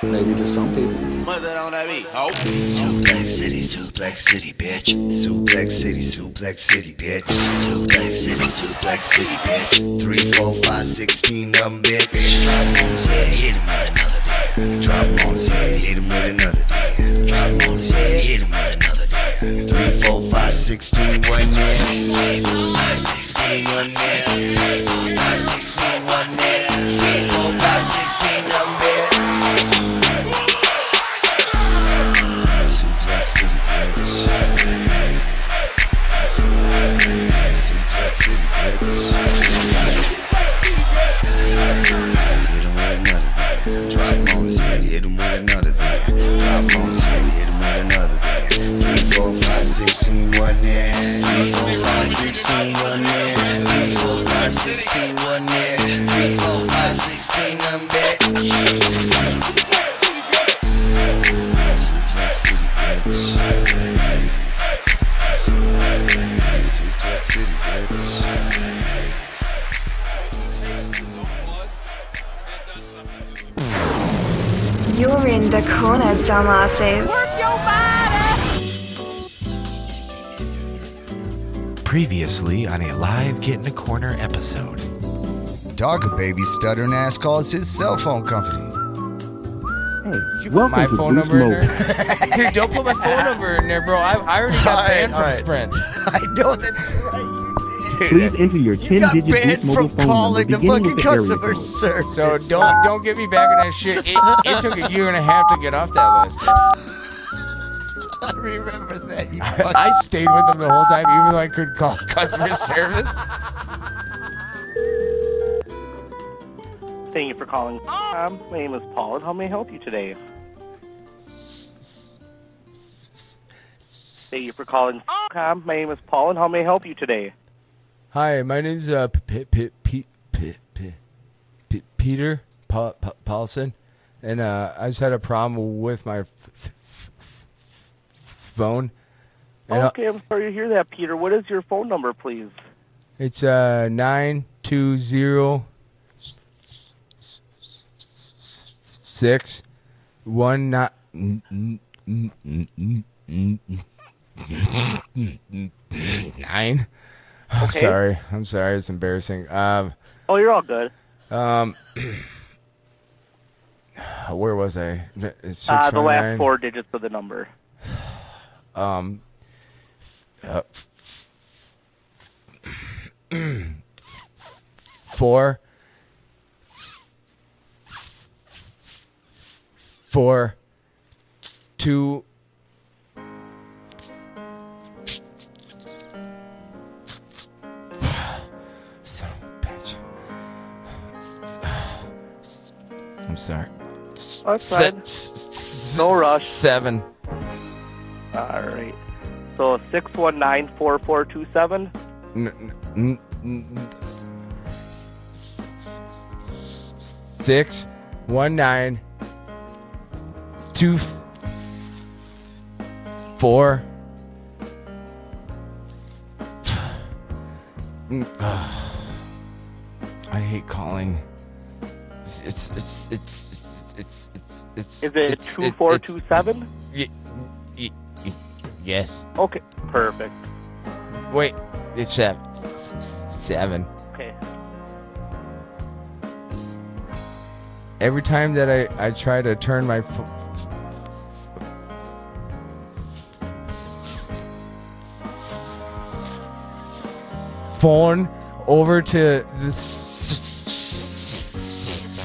Maybe to some people. Suplex City, Suplex City, bitch. Suplex City, Suplex City, bitch. Suplex City, Suplex City, bitch. Three, four, five, sixteen, um, bitch. Drop on his head, hit him with another day. Drop him on his head, hit him with another day. Drop him on his head, hit him with another day. Three, four, five, sixteen, one net. Three, four, five, sixteen, one net. Three, four, five, sixteen, one net. Three, four, five, sixteen, um, Suplex City, bitch. Suplex City, bitch. Hit him with another thing. Drop him on his head, hit him with another thing. Drop him on his head, hit him with another thing. Three, four, five, sixteen, one there. Three, four, five, sixteen, one there. Three, four, five, sixteen, one there. Three, four, five, sixteen, I'm back. Suplex City, bitch. Suplex City, bitch. You're in the corner, dumbasses. Previously on a live Get in a Corner episode. Dog baby stuttering ass calls his cell phone company. Did you put my phone number in there? Dude, don't put my phone number in there, bro. I, I already Alright, got banned alright. from Sprint. I know that's Please enter your You got banned from calling the fucking customer service. So don't don't get me back on that shit. It, it took a year and a half to get off that list. I remember that. You I stayed with them the whole time, even though I couldn't call customer service. Thank you for calling. Um, my name is Paul, and how may I help you today? Thank you for calling. Um, my name is Paul, and how may I help you today? Hi, my name's uh, P- P- P- P- P- P- Peter Pa- Pa- Paulson, and uh, I just had a problem with my f- f- f- phone. And, uh, Okay, I'm sorry to hear that, Peter. What is your phone number, please? It's uh nine two zero six one nine nine. I'm Okay. sorry. I'm sorry. It's embarrassing. Um, Oh, you're all good. um, where was I? It's six Uh, the one last nine. four digits of the number. Um, uh, four, four, two, son of a bitch. I'm sorry. That's fine. No rush. Seven. All right. So six one nine four four two seven. N- n- n- Six one nine two f- four. Mm, ah. I hate calling. It's it's it's it's it's it's. it's Is it it's- two four it's- two seven? Y- y- y- Yes. Okay, perfect. Wait, It's seven. Seven. Okay. Every time that I, I try to turn my f- phone over to the s-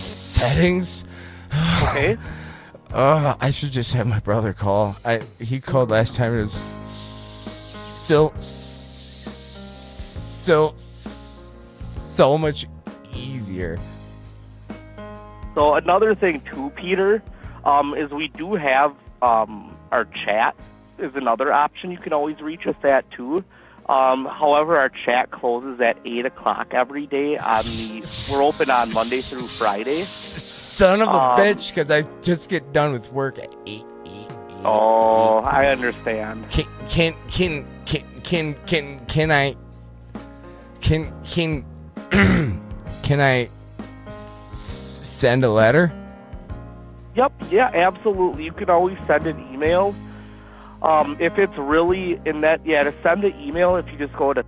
settings. Okay. Uh, I should just have my brother call. I he called last time. It was still still so much easier. So another thing too, Peter, um, is we do have um, our chat is another option. You can always reach us at too. Um, however, our chat closes at eight o'clock every day. On the we're open on Monday through Friday. Son of a Um, bitch, because I just get done with work at eight. Oh, I understand. Can can can can can can, can I can can can I s- send a letter? Yep, yeah, absolutely. You can always send an email. Um, if it's really in that, yeah, to send an email, if you just go to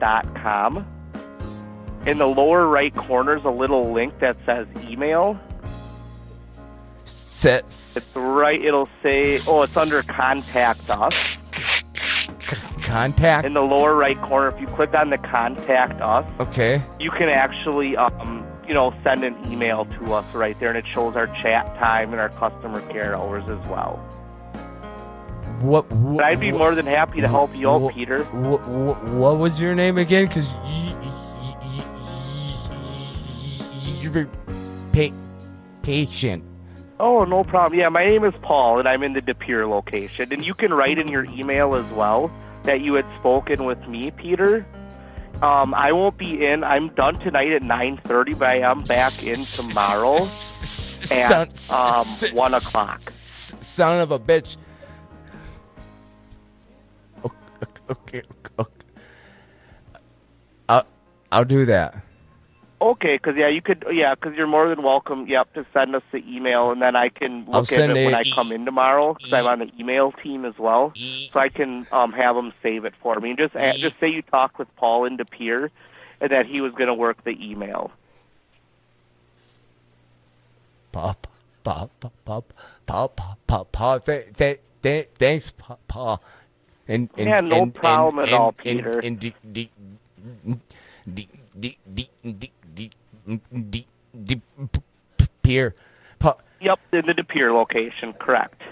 dot com, in the lower right corner is a little link that says email. Set It's right, it'll say, oh, it's under contact us. contact. In the lower right corner, if you click on the contact us, Okay. you can actually, um, you know, send an email to us right there, and it shows our chat time and our customer care hours as well. What? But I'd be more than happy to help you out, Peter. What, what was your name again? Because you, you, you, you, patient. Oh, no problem. Yeah, my name is Paul, and I'm in the DePere location. And you can write in your email as well that you had spoken with me, Peter. Um, I won't be in. I'm done tonight at 9.30, but I am back in tomorrow at um, 1 o'clock. Son of a bitch. Okay. okay, okay. I'll, I'll do that. Okay, 'cause yeah, you could, yeah, 'cause you're more than welcome, yep, to send us the email, and then I can I'll look at send it when a I e- come in tomorrow 'cause I'm on the email team as well, so I can um, have them save it for me. And just a just say you talked with Paul and DePere, and that he was going to work the email. Pop, pop, pop, pop, pop, pop, pop. Th- th- th- thanks, Pa- Paul. And, and Yeah, no and, problem and, at all, and, Peter. And, and de- de- de- de- de- de- de- de- de- p- p- Peer. Pa- Yep, in the DePere location, correct.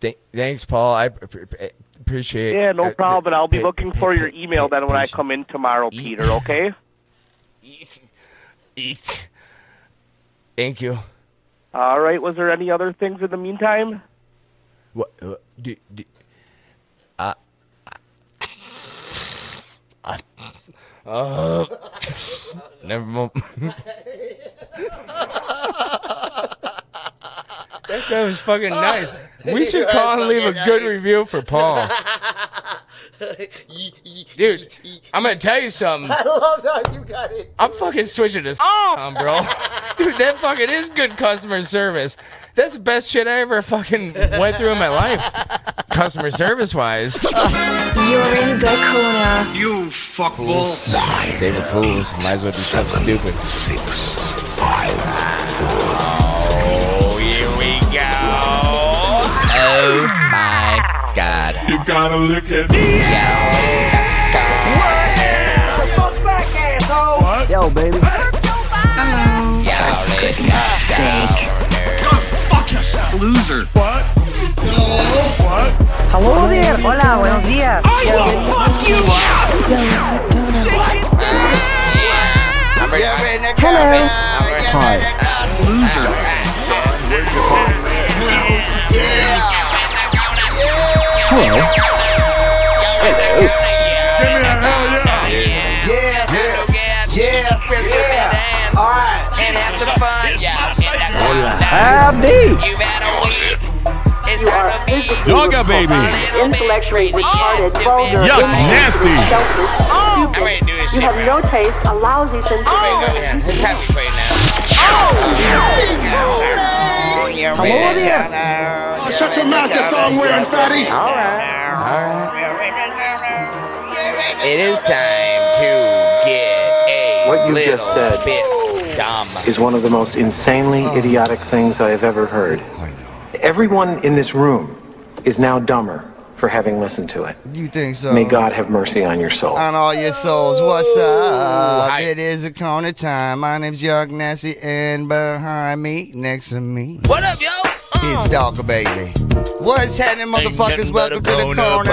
th- thanks, Paul. I ap- ap- appreciate. Yeah, no uh, problem, and I'll be pa- looking pa- for your pa- E- email pa- then when I come in tomorrow, Peter, okay? Eek. E-, Thank you. All right, was there any other things in the meantime? What? Uh, do, do, uh, uh, uh, never mind. that guy was fucking nice. We should call and leave a good review for Paul. Dude, I'm gonna tell you something. I love how you got it. Oh! I'm fucking switching this on, bro. Dude, that fucking is good customer service. That's the best shit I ever fucking went through in my life, customer service wise. You're in the corner. You fuckball. Save the fools. Might as well do something stupid. Six, five. Oh, here we go. Oh my god. You gotta look at me. What? Yo, baby. Fuck yourself. Loser. What? What? Hello there. Hola, buenos dias. I will fuck you up. Shake it Hello. Hi. Loser. Hello. Hello. Give me a hell yeah. Yeah. Yeah. Yeah. We're stupid and all right. And have some fun. Yeah. Howdy. You've had a week. It's time to be Dogga baby. intellectually retarded, vulgar, Yuck, nasty. Oh, I'm ready to do this shit. You have no taste, a lousy sense of humor. It's time we play now. Oh, Hello there. Oh, shut your mouth, that's all I'm wearing, fatty. All right. All right. It is time to get a What you little just said bit dumb. is one of the most insanely idiotic things I have ever heard. Everyone in this room is now dumber for having listened to it. You think so? May God have mercy on your soul. On all your souls, what's up? It is a corner time. My name's Young Nasty, and behind me, next to me, What up, yo? Uh. it's Dogger Baby. What's happening, motherfuckers? Welcome to the corner.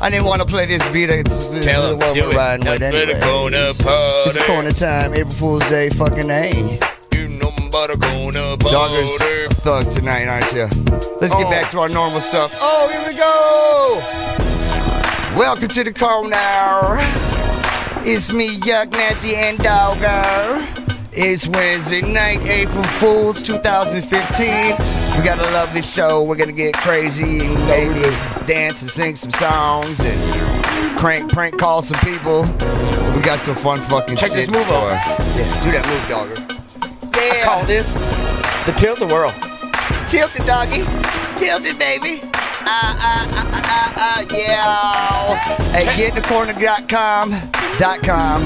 I didn't want to play this beat. It's, it's uh. Tell 'em, what do we're it. riding with Nothing but a anyway. corner It's party. corner time. April Fool's Day. Fucking A. Dogger's a thug tonight, aren't you? Let's get back to our normal stuff. Oh, here we go. Welcome to the corner. It's me, Yuck, Nasty, and Dogger. It's Wednesday night, April Fools 2015. We got a lovely show. We're gonna get crazy and maybe dance and sing some songs and crank prank call some people. We got some fun fucking Check this shit move for- out. Yeah, do that move, Dogger. Yeah. call this the tilt the world. Tilt it, doggy. Tilt it, baby. Uh, uh, uh, uh, uh, uh, yeah. At gettinthecorner.com.com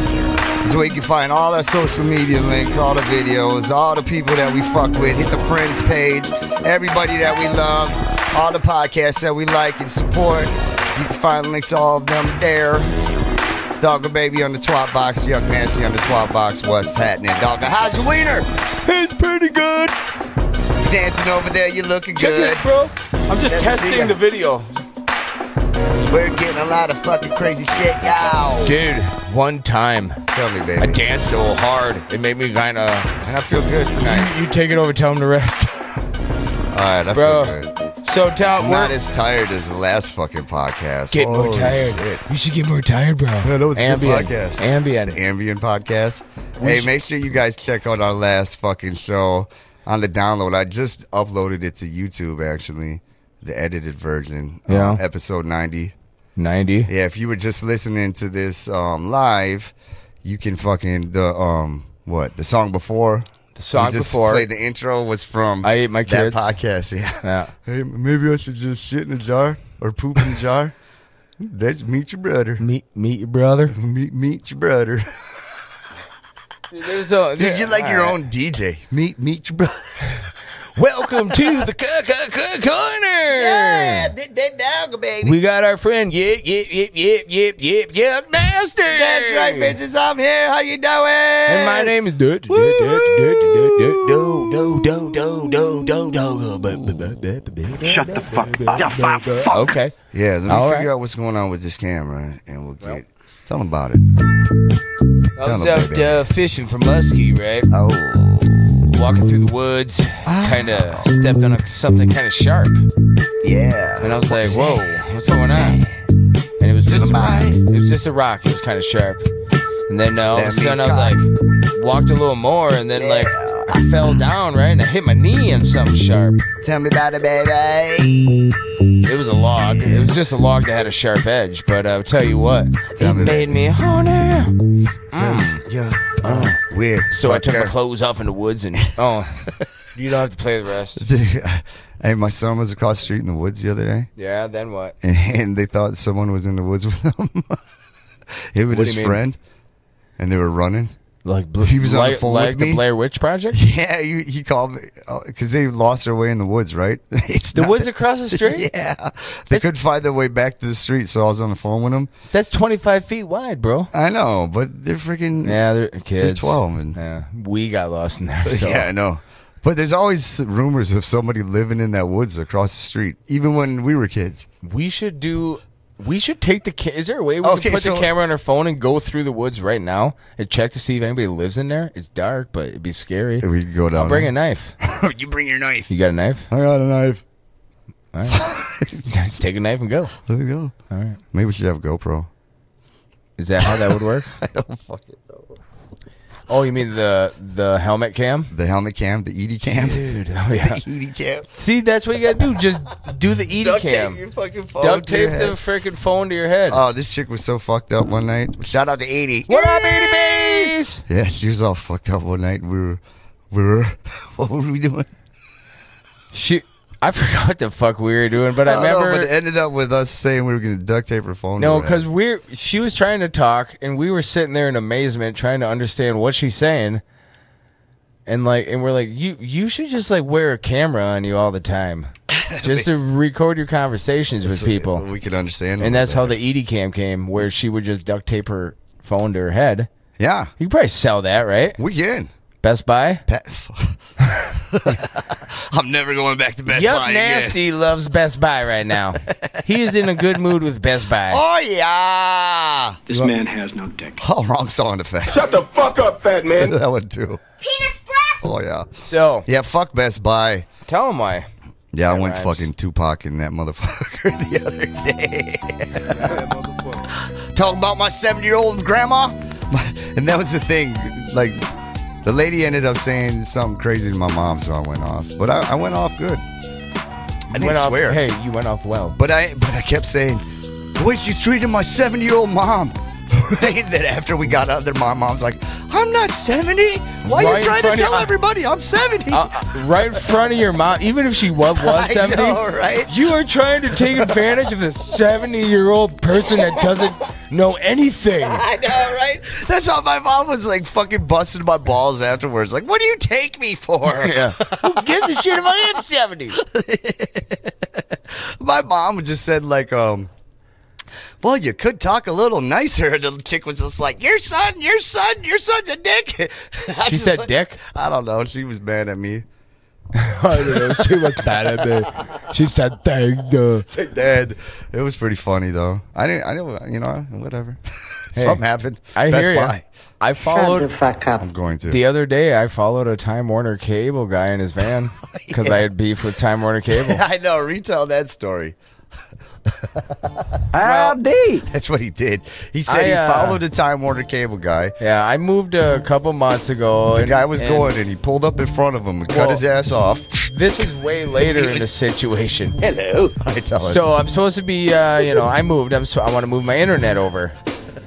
is where you can find all our social media links, all the videos, all the people that we fuck with. Hit the friends page, everybody that we love, all the podcasts that we like and support. You can find links to all of them there. Dogger baby on the twat box, Yuck Nancy on the twat box. What's happening, Dogger? How's your wiener? It's pretty good. You dancing over there. You're looking Check good, this, bro. I'm just Never see ya. testing the video. We're getting a lot of fucking crazy shit, y'all. Dude, one time. Tell me, baby. I danced so hard, it made me kind of. And I feel good tonight. You, you take it over. Tell him to rest. All right, I Bro, feel good. So tell I'm not as tired as the last fucking podcast. Get more Holy tired. shit. You should get more tired, bro. Yeah, that was a good Ambien. podcast. Ambien. The Ambien podcast. We hey, sh- make sure you guys check out our last fucking show on the download. I just uploaded it to YouTube, actually, the edited version. uh, Yeah. episode 90. 90. Yeah, if you were just listening to this um, live, you can fucking, the, um, what, the song before? The song just before. played the intro was from I ate my that kids. podcast. Yeah. Yeah. Hey, maybe I should just shit in a jar or poop in a jar. Let's meet your brother. Meet meet your brother. Meet meet your brother. There's a, Dude, you're like your own DJ. Meet meet your brother. Welcome to the Cook Corner. Yeah, that, that dog, baby. We got our friend Yip Yip Yip Yip Yip Yip Yip Master. That's right, bitches. I'm here. How you doing? And And my name is Dut. Dut Do do do do do do do. Shut the fuck up. Okay. Yeah, let me All figure right. out what's going on with this camera, and we'll get. tell them about it. Tell I was 'em, out baby. uh, fishing for muskie, right? Oh. Walking through the woods, kind of stepped on a, something kind of sharp. Yeah. And I was like, whoa, what's going on? And it was just a rock. It was just a rock. It was kind of sharp. And then uh, all That of a sudden means I was like, walked a little more, and then like I fell down, right? And I hit my knee on something sharp. Tell me about it, baby. It was a log. It was just a log that had a sharp edge. But uh, I'll tell you what, it made me horny. Yeah. Oh, weird. Uh, So I took my Fucker. clothes off in the woods and oh, you don't have to play the rest. hey, my son was across the street in the woods the other day, Yeah. Then what? and, and they thought someone was in the woods with him. him What and do his you mean? friend, and they were running. Like he was on like, the phone like with the me. Blair Witch Project. yeah, he, he called me because they lost their way in the woods, right? It's The not woods that- across the street. yeah, they couldn't find their way back to the street, so I was on the phone with them. That's 25 feet wide, bro. I know, but they're freaking Yeah, they're kids. They're 12 and- yeah, we got lost in there. So. Yeah, I know. But there's always rumors of somebody living in that woods across the street, even when we were kids. we should do. We should take the. Ca- is there a way we Okay, can put so- the camera on our phone and go through the woods right now and check to see if anybody lives in there? It's dark, but it'd be scary. We could go down. I'll bring a knife. you bring your knife. You got a knife? I got a knife. All right. take a knife and go. There we go. All right. Maybe we should have a GoPro. Is that how that would work? I don't fucking know. oh, you mean the the helmet cam? The helmet cam, the ED cam. Dude, oh yeah. The ED cam. See, that's what you gotta do. Just do the ED Duct tape cam. your fucking phone Duct to your tape the freaking phone to your head. Oh, this chick was so fucked up one night. Shout out to Edie. what up, Beanie Bees? Yeah, she was all fucked up one night. We were, we were, what were we doing? She I forgot what the fuck we were doing, but I, don't know, remember. but it ended up with us saying we were going to duct tape her phone. No, to her head. because we she was trying to talk, and we were sitting there in amazement, trying to understand what she's saying, and like, and we're like, you you should just like wear a camera on you all the time, just to record your conversations with people. we could understand, and that's how the Edie cam came, where she would just duct tape her phone to her head. Yeah, you could probably sell that, right? We can. Best Buy. I'm never going back to Best Yup Buy again. Nasty loves Best Buy right now. he is in a good mood with Best Buy. Oh yeah. This man has no dick. Oh, wrong song effect. Shut the fuck up, fat man. that one too. Penis breath. Oh yeah. So yeah, fuck Best Buy. Tell him why. Yeah, I That went rhymes. fucking Tupac in that motherfucker the other day. Talking about my seven-year-old grandma, My- and that was the thing. Like, the lady ended up saying something crazy to my mom, so I went off. But I, I went off good. I didn't Went off- swear. hey, you went off well. But I but I kept saying, the way she's treating my seven year old mom. Right? Then after we got out there, my mom's like, I'm not 70. Why are Right you trying to in front of tell your- everybody I'm 70? Uh, right in front of your mom, even if she was, was I 70, know, right? you are trying to take advantage of the 70 year old person that doesn't know anything. I know, right? That's how my mom was like fucking busting my balls afterwards. Like, what do you take me for? Yeah. Who gives a shit if I am 70? my mom just said, like, um, well, you could talk a little nicer. And the chick was just like, your son, your son, your son's a dick. I She just said like- dick? I don't know. She was mad at me. I don't know. She was bad at me. She said things. Uh, It's like, Dad, it was pretty funny though. I didn't, I didn't, you know, whatever. Hey, Something happened. I Best hear ya. Buy. I followed I'm going to. The other day, I followed a Time Warner Cable guy in his van Oh, because I had beef with Time Warner Cable. I know. Retell that story. That's what he did. He said I, he uh, followed a Time Warner cable guy. Yeah, I moved a couple months ago. The and- guy was and going, and he pulled up in front of him and cut Well, his ass off. This was way later in the situation. Hello. I tell him. So Oh, I'm supposed to be, uh, you know, I moved. I'm so, I want to move my internet over,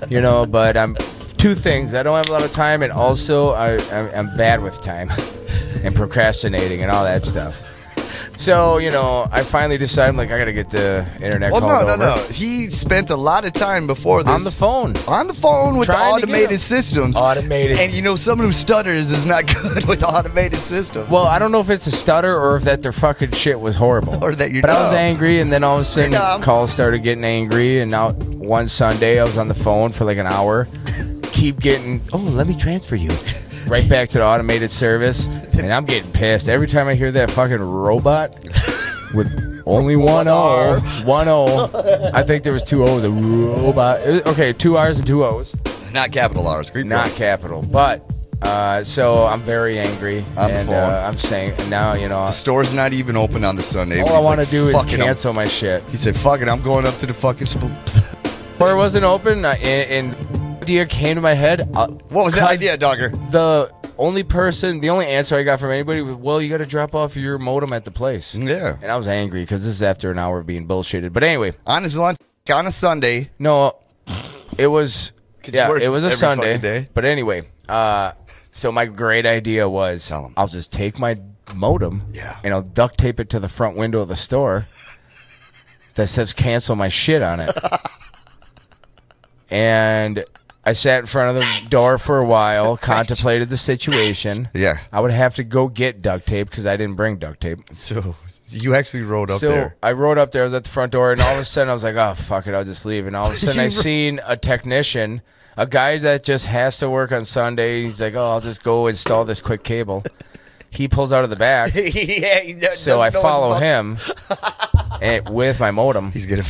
you know. But I'm two things. I don't have a lot of time, and also I, I'm, I'm bad with time and procrastinating and all that stuff. So you know, I finally decided I'm like I gotta get the internet. well, no, called no, over. no. He spent a lot of time before this On the phone. On the phone with the Trying to get him. Uh, automated systems. Automated. And you know, someone who stutters is not good with automated systems. Well, I don't know if it's a stutter or if that their fucking shit was horrible. Or that you're But I was dumb. angry, and then all of a sudden, Oh. You're dumb. calls started getting angry, and now one Sunday I was on the phone for like an hour, keep getting, oh, let me transfer you, right back to the automated service, and I'm getting pissed every time I hear that fucking robot with only one O, one O. I think there was two O's. A robot. it was- Okay, two R's and two O's. Not capital R's. Keep Not going. capital, but. Uh, so I'm very angry, I'm and full. uh, I'm saying now you know The store's not even open on the Sunday. but all I he's want like, to do is "Fuck it, I'm- cancel my shit. He said, fuck it, I'm going up to the fucking. Sp- Or it wasn't open, uh, and, and idea came to my head. Uh, what was that idea, Dogger? The only person, the only answer I got from anybody was, "Well, you got to drop off your modem at the place." Yeah. and I was angry because this is after an hour of being bullshitted. But anyway, On his lunch, on a Sunday. no, it was 'Cause you yeah, worked it was a every Sunday. fucking day. But anyway, uh, so my great idea was, I'll just take my modem, Yeah. and I'll duct tape it to the front window of the store that says "cancel my shit" on it. and I sat in front of the door for a while, contemplated the situation. Yeah. I would have to go get duct tape because I didn't bring duct tape. So you actually rode up so there. I rode up there. I was at the front door, and all of a sudden I was like, "Oh fuck it, I'll just leave." And all of a sudden I You ro- seen a technician, a guy that just has to work on Sunday. He's like, "Oh, I'll just go install this quick cable." He pulls out of the back, yeah, he doesn't so I know what's follow above- him and, with my modem. He's gonna.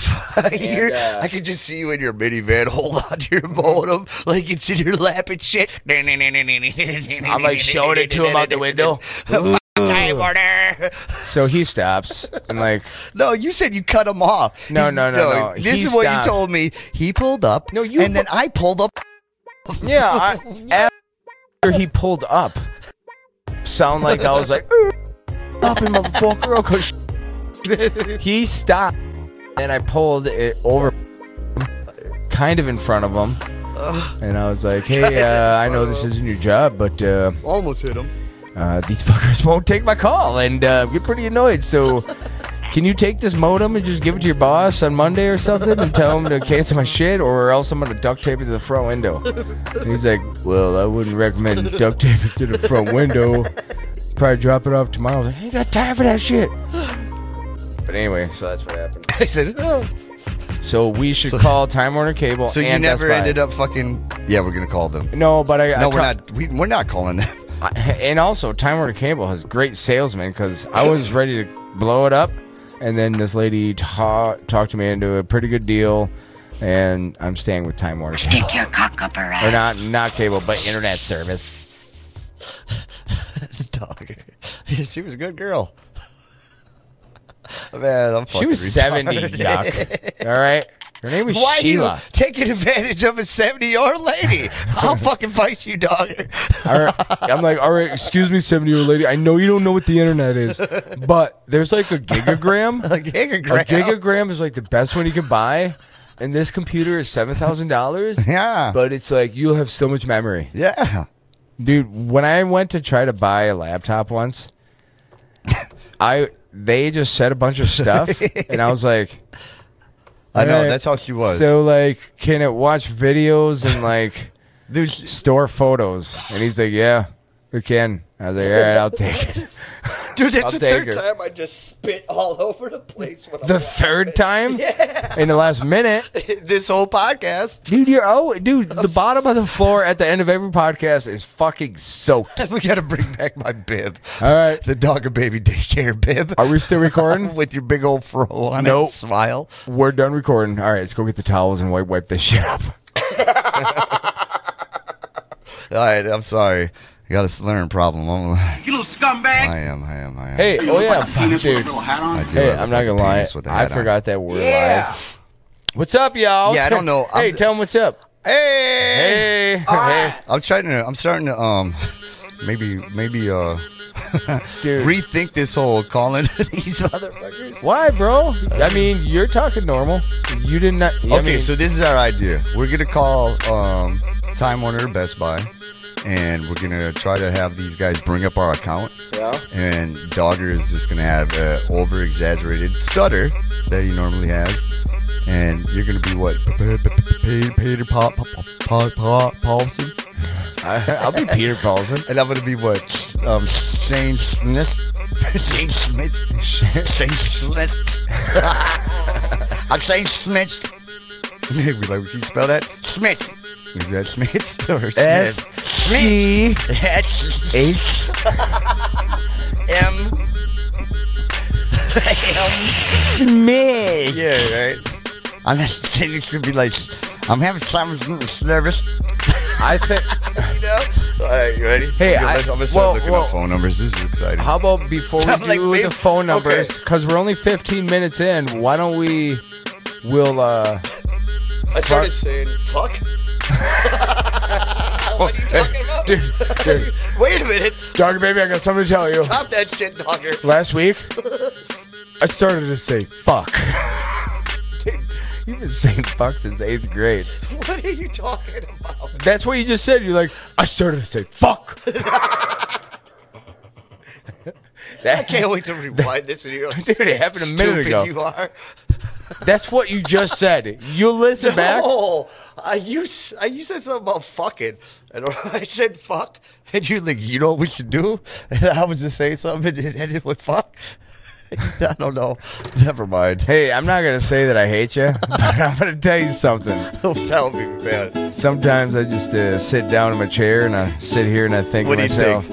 You're- I could just see you in your minivan, hold on to your modem like it's in your lap and shit. I'm I'm like showing it to him out the window. Time order. So he stops and like, No, you said you cut him off. No, He's- no, no, no. This He is what stopped. you told me. He pulled up. No, you. And then I pulled up. yeah, I, after he pulled up, sound like I was like, up in motherfucker, I'll go sh-" he stopped, and I pulled it over, kind of in front of him, and I was like, hey, uh, I know this isn't your job, but uh, Almost hit him. I uh, these fuckers won't take my call and uh, get pretty annoyed. So, can you take this modem and just give it to your boss on Monday or something and tell him to cancel my shit, or else I'm gonna duct tape it to the front window? And he's like, Well, I wouldn't recommend duct tape it to the front window. Probably drop it off tomorrow. I was like, I ain't got time for that shit. But anyway, so that's what happened. I said, oh. So we should call Time Warner Cable. So you and Best never Buy. ended up fucking. Yeah, we're gonna call them. No, but I. I No, we're ca- not. We, we're not calling them. I- and also, Time Warner Cable has great salesmen because I was ready to blow it up, and then this lady ta- talked me into a pretty good deal, and I'm staying with Time Warner. Cable. Stick your cock up her Or ass. not, not cable, but internet service. dog. she was a good girl. Man, I'm fucking She was 70, retarded. yuck. All right. Her name was Why are you Sheila. taking advantage of a 70 year old lady? I'll fucking fight you, dog. All right. I'm like, all right, excuse me, 70 year old lady. I know you don't know what the internet is, but there's like a gigagram. a gigagram? A gigagram is like the best one you can buy. And this computer is $7,000. Yeah. But it's like, you'll have so much memory. Yeah. Dude, when I went to try to buy a laptop once, I they just said a bunch of stuff. and I was like, I know, all that's how she was. So like, can it watch videos and like store photos? And he's like, yeah, you can. I was like, all right, I'll take it. Dude, that's I'll the take third her. time I just spit all over the place. When The I'm third time Yeah. in the last minute, this whole podcast. dude, you're oh, dude, the bottom of the floor at the end of every podcast is fucking soaked. We got to bring back my bib. All right, the dog and baby daycare bib. Are we still recording? With your big old fro on it, Nope. smile. We're done recording. All right, let's go get the towels and wipe wipe this shit up. All right, I'm sorry. I got a slurring problem. I'm, You little scumbag. I am, I am, I am. Hey, oh yeah, fuck, penis with a dude. little hat on? I do Hey, have a I'm not gonna fucking lie. penis with a I hat on. forgot that we're Yeah. live. What's up, y'all? Yeah, I don't know. hey, I'm- tell them what's up. Hey, hey, hey. I'm trying to. I'm starting to. Um, maybe, maybe. Uh, rethink this whole calling these motherfuckers. Why, bro? I mean, you're talking normal. You did not. I okay, mean- so this is our idea. We're gonna call um, Time Warner or Best Buy, and we're gonna try to have these guys bring up our account. Yeah. And Dogger is just gonna have an over exaggerated stutter that he normally has, and you're gonna be what? Peter Pop Paulson. I'll be Peter Paulson. And I'm gonna be what? Um, Shane Smith. Shane Smith. Shane Smith. I'm Shane Smith. we like, can you spell that? Smith. Is that Smith or S- Smith? Smith. S- H. M. Smith. Yeah, right. I'm not saying it's gonna be like, I'm having Simon's nervous. I think. you know? All right, you ready? Hey, I'm gonna, I- I'm gonna start well, looking well- up phone numbers. This is exciting. How about before we I'm do like, maybe- the phone numbers? okay. Because we're only 15 minutes in. Why don't we? We'll uh. I started saying, fuck. what are you talking about? Dude, dude, Wait a minute. dogger baby, I got something to tell you. Stop that shit, dogger. Last week, I started to say fuck. Dude, you've been saying fuck since eighth grade. What are you talking about? That's what you just said. You're like, I started to say fuck. I can't wait to rewind this and you Dude, it happened a minute stupid ago. you are. That's what you just said. You'll listen back. No, Oh, I you, s- I- you said something about fucking. And I said fuck. And you're like, you know what we should do? And I was just saying something and it ended with fuck. I don't know. Never mind. Hey, I'm not gonna say that I hate you, but I'm gonna tell you something. Don't tell me, man. Sometimes I just uh, sit down in my chair and I sit here and I think What do to you myself,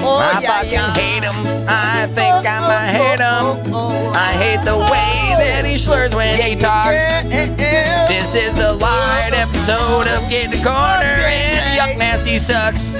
Oh, I fucking hate him. I think I might hate him. I hate the way that he slurs when he talks. This is the live episode of Get in the Corner and Yuck Nasty Sucks.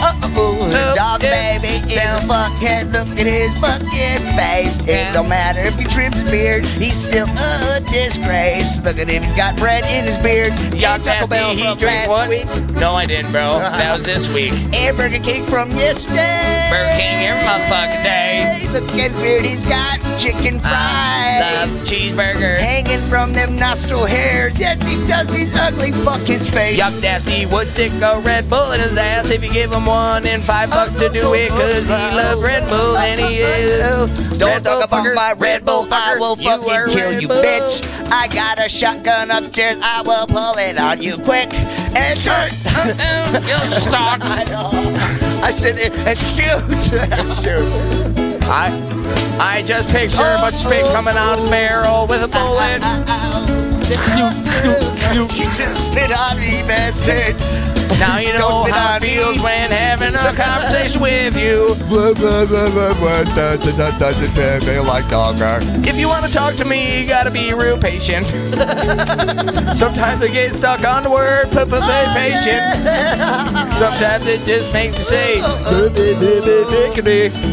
Uh-oh, dog baby is a fuckhead. Look at his fucking face. It don't matter if he trims his beard, he's still a disgrace. Look at him, he's got bread in his beard. Yuck Taco Bell Nasty, he from last drinks one? week. No, I didn't, bro. That was this week. And Burger King from yesterday. Burger King every motherfucking day. Look at his beard, he's got chicken I fries. love cheeseburgers. Hanging from them nostril hairs. Yes, he does. He's ugly. Fuck his face. Yup, Nasty would stick a Red Bull in his ass if you give him one and five bucks to do it, cause he loves Red Bull and he is. Don't talk about fucker. my Red Bull. I fucker. will You are fucking kill Red you, Bull. bitch. I got a shotgun upstairs. I will pull it on you quick. And shoot. you suck. I know. I said, and shoot. shoot. I, I just picture a bunch of spit coming out of the barrel with a bullet. She just spit on me, bastard. Now you know Don't spit how on it feels me. when having a conversation with you. They like dogger. If you want to talk to me, you gotta be real patient. Sometimes I get stuck on the word, but but but patient. Sometimes it just makes me say,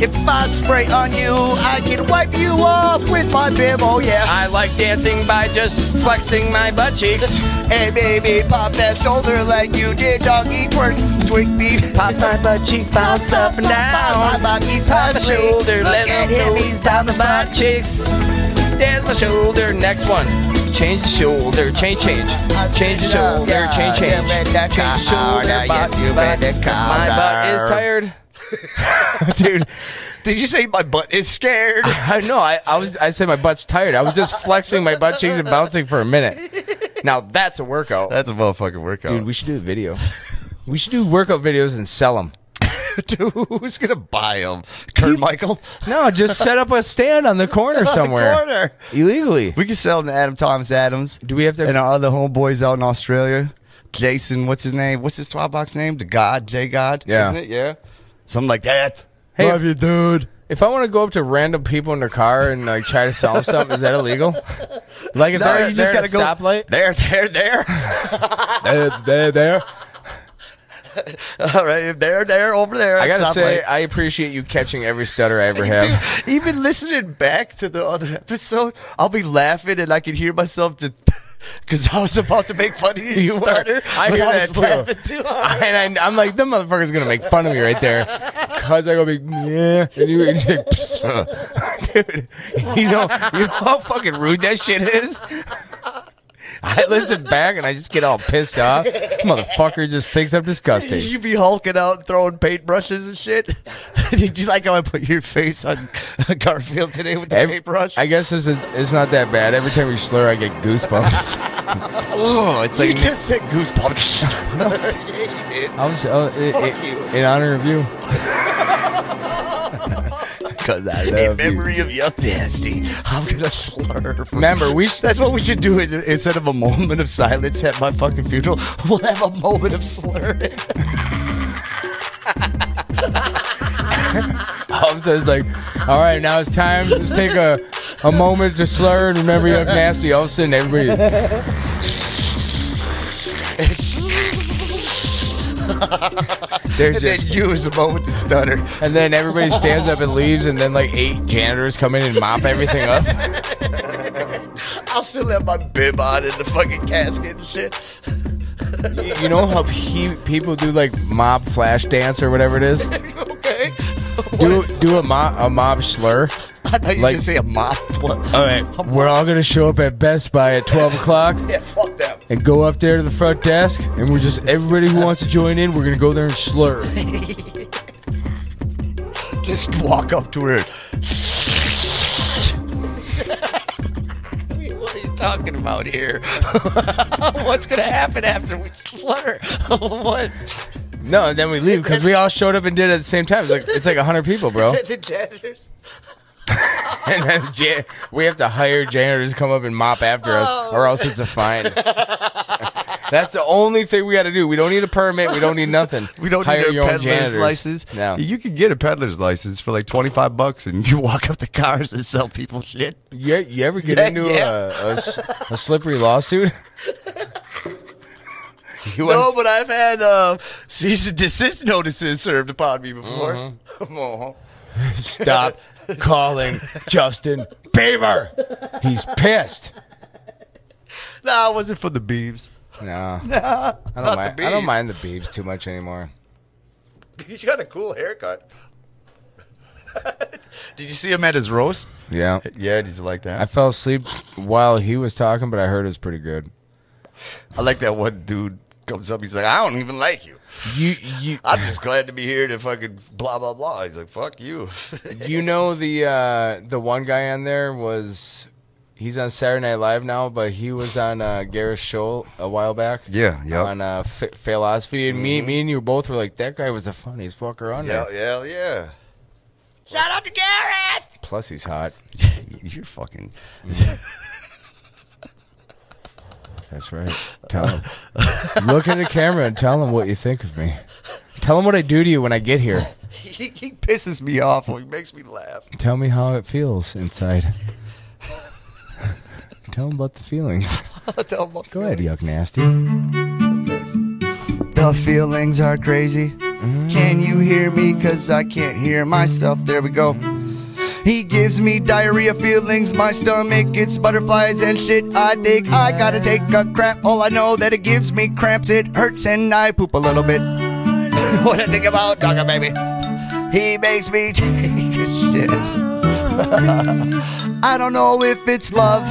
If I spray on you, I can wipe you off with my bib. Oh yeah. I like dancing by just flexing my butt cheeks. And baby, pop that shoulder like you did, doggy twerk, twink me. Pop my butt cheeks, bounce up and My down. body's Pop my hot shoulder, let Look at him him, know. he's down the spot. Butt cheeks, dance my shoulder. Next one. Change shoulder, change, change. Change shoulder, change, change. Change shoulder, Yes, box, you butt. better calm My butt is down. tired. Dude, Did you say my butt is scared? I know. I, I was. I said my butt's tired. I was just flexing my butt cheeks and bouncing for a minute. Now that's a workout. That's a motherfucking workout. Dude, we should do a video. We should do workout videos and sell them. Dude, who's gonna buy them? Kurt Michael? No, just set up a stand on the corner somewhere. corner. Illegally. We can sell them to Adam Thomas Adams. Do we have to- And our other homeboys out in Australia. Jason, what's his name? What's his twat box name? The God, J God. Yeah. Isn't it? Yeah. Something like that. Hey, Love you, dude. If I want to go up to random people in their car and like try to sell them something, is that illegal? Like if No, they're, you just they're gotta at a go stoplight, there, there, there. they're, they're there. All right, there, there, over there. I gotta Stop say, light. I appreciate you catching every stutter I ever have. Dude, even listening back to the other episode, I'll be laughing and I can hear myself just because I was about to make fun of your You were. starter. I but hear I that was too. laughing too hard. And I, I'm like, the motherfucker's gonna make fun of me right there, cause I go be yeah, and you, and you're like, "Psst." dude, you know, you know how fucking rude that shit is. I listen back and I just get all pissed off. Motherfucker just thinks I'm disgusting. You be hulking out and throwing paintbrushes and shit. Did you like how I put your face on Garfield today with the Every- paintbrush? I guess this is, it's not that bad. Every time you slur, I get goosebumps. oh, it's you like just said goosebumps. yeah, you did. I was oh, it, Fuck it- you. in honor of you. Because I love you. In memory of Young Nasty, I'm going to slurp. Remember, we That's what we should do in, instead of a moment of silence at my fucking funeral. We'll have a moment of slurring. Holmes says like, all right, now it's time. Let's take a, a moment to slur and remember you're nasty. All of a sudden, everybody. There's and then just- you is a moment to stutter. And then everybody stands up and leaves, and then like eight janitors come in and mop everything up. I'll still have my bib on in the fucking casket and shit. You- You know how pe- people do like mob flash dance or whatever it is? okay. Do do a mob a mob slur. I thought you were going Like- to say a mop. What? All right, we're all gonna show up at Best Buy at 12 o'clock Yeah, fuck them. and go up there to the front desk, and we're just everybody who wants to join in, we're gonna go there and slur. Just walk up to her. what are you talking about here? What's gonna happen after we slur? what? No, and then we leave because we all showed up and did it at the same time. It's like it's like 100 people, bro. The janitors. And then jan- we have to hire janitors to come up and mop after us, or else it's a fine. That's the only thing we got to do. We don't need a permit. We don't need nothing. We don't hire need your a own peddler's janitors. license. No. You can get a peddler's license for like twenty five bucks, and you walk up to cars and sell people shit. You, you ever get Yeah, into yeah. A, a s- a slippery lawsuit? you No, want but I've had uh, cease and desist notices served upon me before. Mm-hmm. Oh. to stop calling Justin Bieber. He's pissed. No, it wasn't for the beeves. No, I I don't, mind, I don't mind the beeps too much anymore. He's got a cool haircut. Did you see him at his roast? Yeah. Yeah, did you like that? I fell asleep while he was talking, but I heard it was pretty good. I like that one dude comes up. He's like, I don't even like you. You, you. I'm just glad to be here to fucking blah blah blah. He's like, fuck you. you know the uh, the one guy on there was he's on Saturday Night Live now, but he was on uh, Gareth Show a while back. Yeah, yeah. On uh, F- Philosophy, and me, Mhm. me and you both were like, that guy was the funniest fucker on yeah, yeah, there. yeah. Shout out to Garrett. Plus, he's hot. You're fucking. That's right. Tell him. Look in the camera and tell him what you think of me. Tell him what I do to you when I get here. He, he pisses me off. He makes me laugh. Tell me how it feels inside. Tell him about the feelings. Tell him about Go ahead, yuck nasty. The feelings are crazy. Can you hear me? Cause I can't hear myself. There we go. He gives me diarrhea feelings. My stomach gets butterflies and shit. I think I gotta take a crap. All I know that it gives me cramps. It hurts and I poop a little bit. what I think about Dogger Baby. He makes me take a shit. I don't know if it's love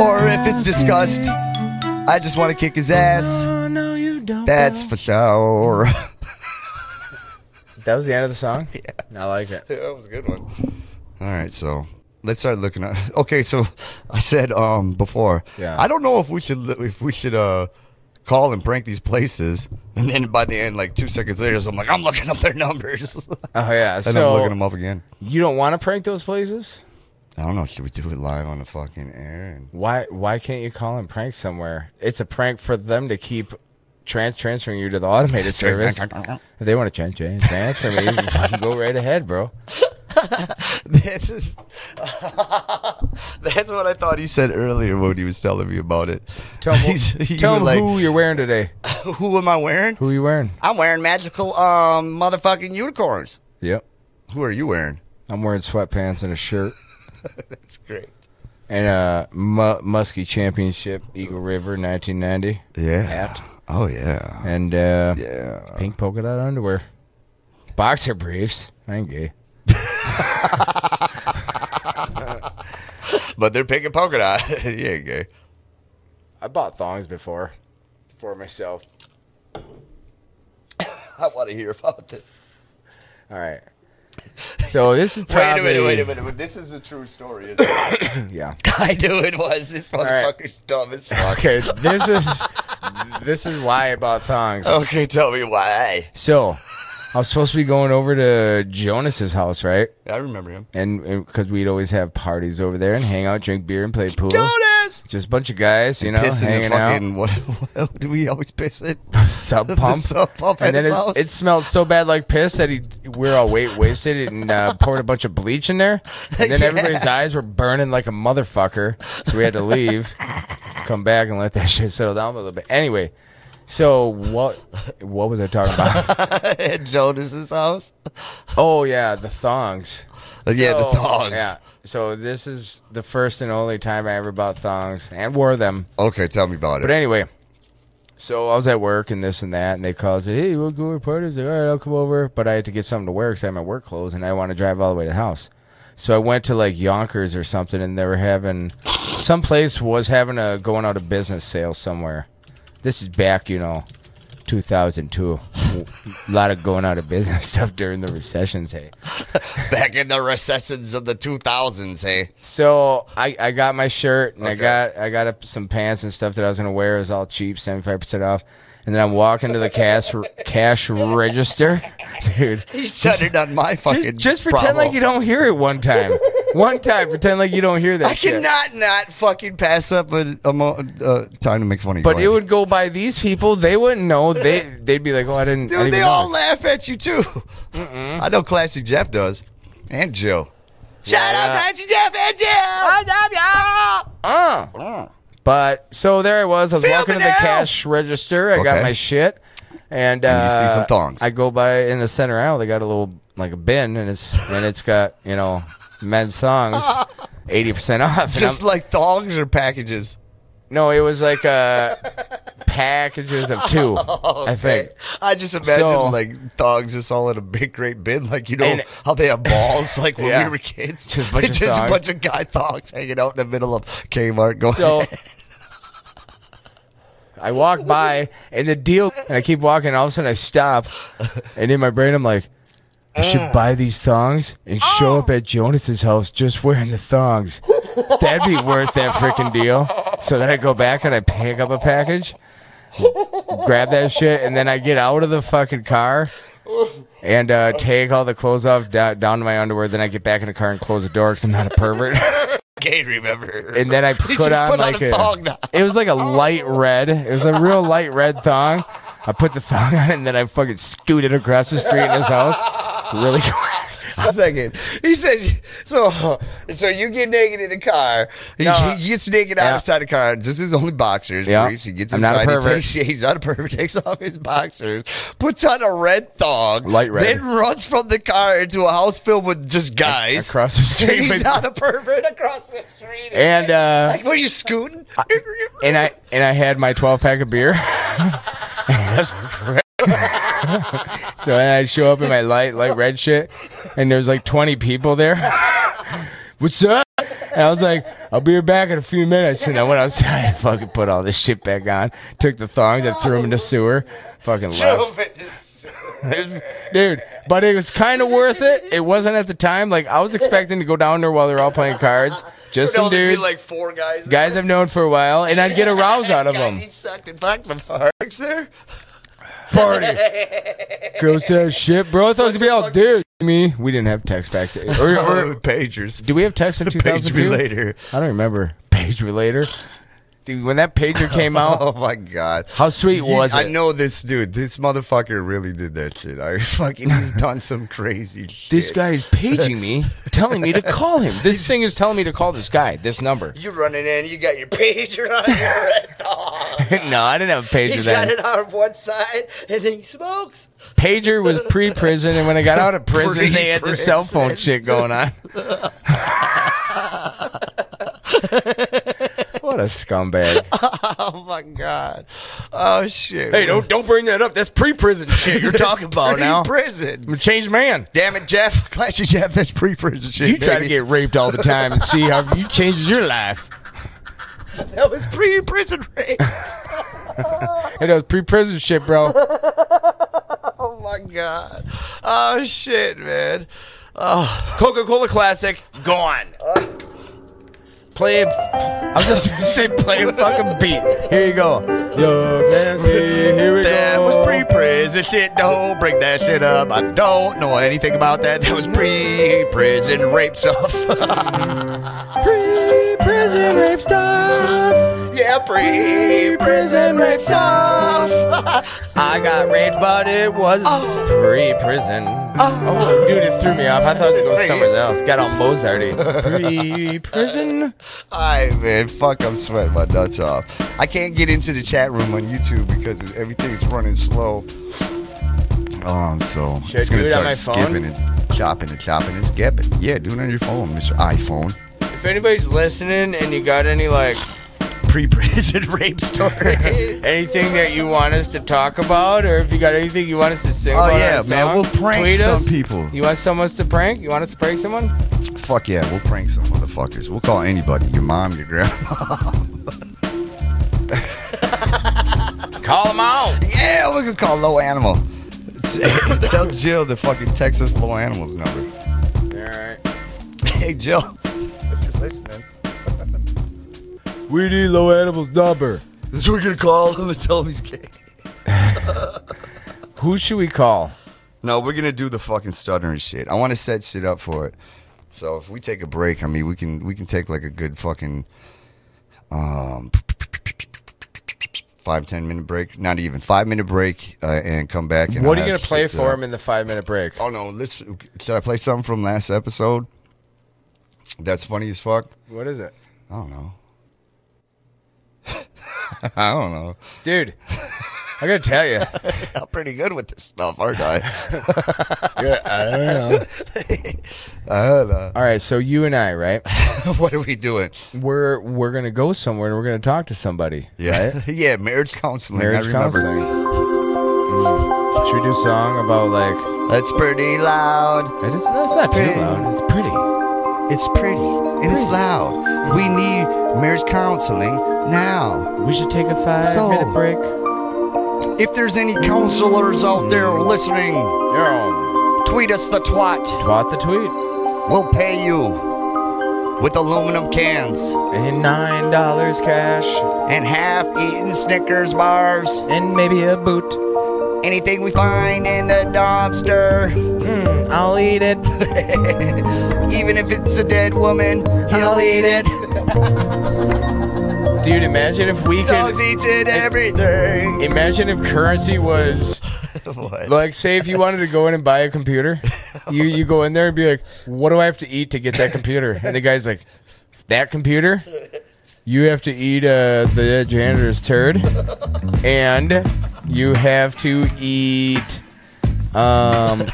or if it's disgust. I just want to kick his ass. That's for sure. That was the end of the song? Yeah. I like it. that was a good one. All right, so let's start looking at. Okay, so I said um before. Yeah. I don't know if we should if we should uh call and prank these places, and then by the end, like two seconds later, so I'm like, I'm looking up their numbers. Oh, yeah. and so I'm looking them up again. You don't want to prank those places? I don't know. Should we do it live on the fucking air? And Why Why can't you call and prank somewhere? It's a prank for them to keep trans- transferring you to the automated service. if they want to trans- trans- transfer me, fucking go right ahead, bro. That's, that's what I thought he said earlier when he was telling me about it. Tell him, He's- he tell was him like, who you're wearing today. who am I wearing? Who are you wearing? I'm wearing magical um motherfucking unicorns. Yep. Who are you wearing? I'm wearing sweatpants and a shirt. That's great. and a mu- Muskie Championship Eagle River 1990 Yeah. hat Oh yeah. and uh, yeah pink polka dot underwear, boxer briefs. I ain't gay. But they're picking polka dot. yeah, gay. I bought thongs before for myself. I want to hear about this. All right. So this is probably Wait a minute, wait a minute. but This is a true story, isn't it? yeah. I knew it was. This motherfucker's dumb as fuck. Okay, this is this is why I bought thongs. Okay, tell me why. So, I was supposed to be going over to Jonas's house, right? I remember him. And because we'd always have parties over there and hang out, drink beer, and play pool. Jonas, just a bunch of guys, you know, Piss in the hanging fucking- out. What, what do we always piss it? Sub pump, sub pump at and then his it, house. it smelled so bad like piss that he we're all wait wasted it and uh, poured a bunch of bleach in there, and then Yeah. everybody's eyes were burning like a motherfucker, so we had to leave, come back and let that shit settle down a little bit. Anyway, so what what was I talking about? At Jonas's house. oh yeah, the thongs. Uh, yeah, the So, thongs. Yeah. So this is the first and only time I ever bought thongs and wore them. Okay, tell me about But it. anyway, so I was at work and this and that, and they calls it, hey, we'll go to a party. I was like, all right, I'll come over. But I had to get something to wear because I had my work clothes and I want to drive all the way to the house. So I went to like Yonkers or something, and they were having some place was having a going out of business sale somewhere. This is back, you know, 2002. a lot of going out of business stuff during the recessions. Hey, Back in the recessions of the 2000s, hey. So I, I got my shirt and I Okay. got I got up some pants and stuff that I was gonna wear. It was all cheap, seventy five percent off. And then I'm walking to the cash cash register, dude. He said it on my fucking. Just pretend Bravo. like you don't hear it one time. one time, pretend like you don't hear that. I shit. cannot not fucking pass up a, a mo- uh, time to make fun of you. But Ryan. it would go by these people. They wouldn't know. They they'd be like, oh, I didn't. I Dude, didn't they even all know. laugh at you too. I know Classy Jeff does, and Jill. Shout out, Yeah. Classy Jeff and Jill. What's up, y'all? Uh. But so there I was. I was walking to the cash register. I got Okay. my shit, and, uh, And you see some thongs. I go by in the center aisle. They got a little like a bin, and it's and it's got you know men's thongs, eighty percent off. and Just I'm- like thongs or packages. No, it was like uh, packages of two. I think. I just imagine So- like dogs just all in a big great bin, like you know And- how they have balls, like when Yeah. we were kids. Just a bunch it's of just a dogs. bunch of guy dogs hanging out in the middle of Kmart going. So I walk by and the deal, and I keep walking. And all of a sudden, I stop, and in my brain, I'm like, I Ah. should buy these thongs and show Oh. up at Jonas's house just wearing the thongs. That'd be worth that freaking deal. So then I go back and I pick up a package, grab that shit, and then I get out of the fucking car and uh, take all the clothes off down, down to my underwear. Then I get back in the car and close the door because I'm not a pervert. Gay, remember? and then I He put just on put on like a thong now. it was like a light Oh. red. It was a real light red thong. I put the thong on and then I fucking scooted across the street in his house. Really quick. Just a second. He says, so so you get naked in the car. He, No. he gets naked Yeah. outside the car, just his only boxers, Yeah. briefs. He gets I'm not a inside. pervert. He takes, yeah, he's not a pervert. Takes off his boxers, puts on a red thong, Light red. then runs from the car into a house filled with just guys. across the street. And he's with- not a pervert across the street. And uh, Like, what are you scooting? and I and I had my 12 pack of beer. That's correct. so then I show up in my light light red shit, and there's like 20 people there. What's up? And I was like, I'll be back in a few minutes. And I went outside and fucking put all this shit back on. Took the thongs and threw them in the sewer. Fucking left. Drove it to- Dude, but it was kind of worth it. It wasn't at the time. Like, I was expecting to go down there while they're all playing cards. Just There'd some only be, dudes. like four guys. Guys I've known for a while, and I'd get a rouse out of them. He sucked and fucked my parks there. Party. Gross ass shit, bro. I thought it was gonna be all dude. Me, we didn't have text back then. Or, or Oh, pagers. Do we have text in two thousand two? me later. I don't remember. Page me later. Dude, when that pager came out, Oh my god! How sweet He- was I it? know this dude. This motherfucker really did that shit. I fucking he's done some crazy shit. this guy is paging me, telling me to call him. This thing is telling me to call this guy, this number. You running in? You got your pager on your red dog. no, I didn't have a pager He's then. got it on one side, and then he smokes. Pager was pre-prison, and when I got out of prison, they had the cell phone shit going on. What a scumbag! oh my god! Oh shit! Hey, don't don't bring that up. That's pre-prison shit you're talking about now. Prison. I'm a changed man. Damn it, Jeff! Classy Jeff. That's pre-prison shit. You try to baby. get raped all the time and see how you changes your life. That was pre-prison rape. Hey, that was pre-prison shit, bro. oh my god. Oh shit, man. Oh. Uh. Coca-Cola Classic gone. Play. I was just gonna say play a fucking beat. Here you go. Yo, nasty. Here we that go. was pre-prison shit. Don't bring that shit up. I don't know anything about that. That was pre-prison rape stuff. pre-prison rape stuff. yeah, pre-prison rape stuff. I got raped, but it was Oh. pre-prison. Oh. dude, it threw me off. I thought it was somewhere else. Got all Mozarty. Pre-prison. Alright, man. Fuck, I'm sweating my nuts off. I can't get into the chat room on YouTube because everything's running slow. Um, so Should I it's gonna do it on my start phone? skipping and chopping and chopping and skipping. Yeah, do it on your phone, Mr. iPhone. If anybody's listening and you got any like Pre-prison rape story. anything that you want us to talk about, or if you got anything you want us to sing Oh, about, on yeah, a man, song, we'll prank tweet some us. people. You want someone to prank? You want us to prank someone? Fuck yeah, we'll prank some motherfuckers. We'll call anybody. Your mom, your grandma. Call them out. yeah, we can call Low Animal. T- Tell Jill to fucking text us Low Animal's number. All right. Hey, Jill. If you're listening. We need low animals number. So we're gonna call him and tell him he's gay. Who should we call? No, we're gonna do the fucking stuttering shit. I want to set shit up for it. So if we take a break, I mean, we can we can take like a good fucking um five ten minute break. Not even five minute break, uh, and come back. And what are I'll you gonna have play shit set for up. him in the five minute break? Oh no, let's. Should I play something from last episode? That's funny as fuck. What is it, I don't know. I don't know. dude? I gotta tell you, I'm pretty good with this stuff, aren't I? yeah, I don't know. I don't know. All right, so you and I, right? what are we doing? We're we're gonna go somewhere and we're gonna talk to somebody. Yeah, right? yeah. Marriage counseling. Marriage I remember. counseling. Mm. Should we do a song about like? That's pretty loud. It is, that's not too loud. It's pretty. It's pretty and it's loud. We need marriage counseling now. We should take a five So- minute break. If there's any counselors out there listening, tweet us the twat. Twat the tweet. We'll pay you with aluminum cans and nine dollars cash and half-eaten Snickers bars and maybe a boot. Anything we find in the dumpster, I'll eat it. Even if it's a dead woman, he'll eat it. Dude, imagine if we could. Dogs eats it everything. Imagine if currency was. Like, say if you wanted to go in and buy a computer, you, you go in there and be like, what do I have to eat to get that computer? And the guy's like, that computer? You have to eat uh, the janitor's turd. And you have to eat. Um,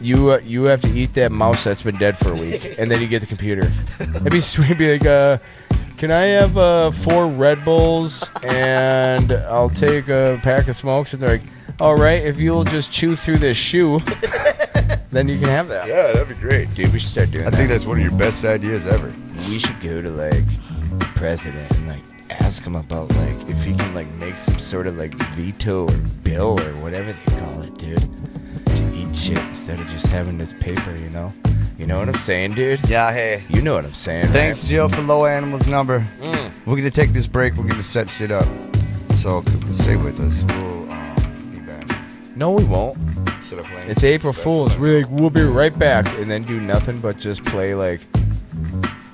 you uh, you have to eat that mouse that's been dead for a week, and then you get the computer. That'd be sweet. Be like, uh, can I have uh, four Red Bulls and I'll take a pack of smokes? And they're like, all right, if you'll just chew through this shoe, then you can have that. Yeah, that'd be great. Dude, we should start doing I that. think that's one of your best ideas ever. We should go to like the president and like ask him about like if he can like make some sort of like veto or bill or whatever they call it, dude. To eat shit instead of just having this paper, you know? You know what I'm saying, dude? Yeah, hey. You know what I'm saying. Thanks, Jill, for Low Animal's number. Mm. We're gonna take this break. We're gonna set shit up. So stay with us. We'll um, be back. right? No, we won't. Should I play? It's April Fools. We're like, we'll be right back, and then do nothing but just play like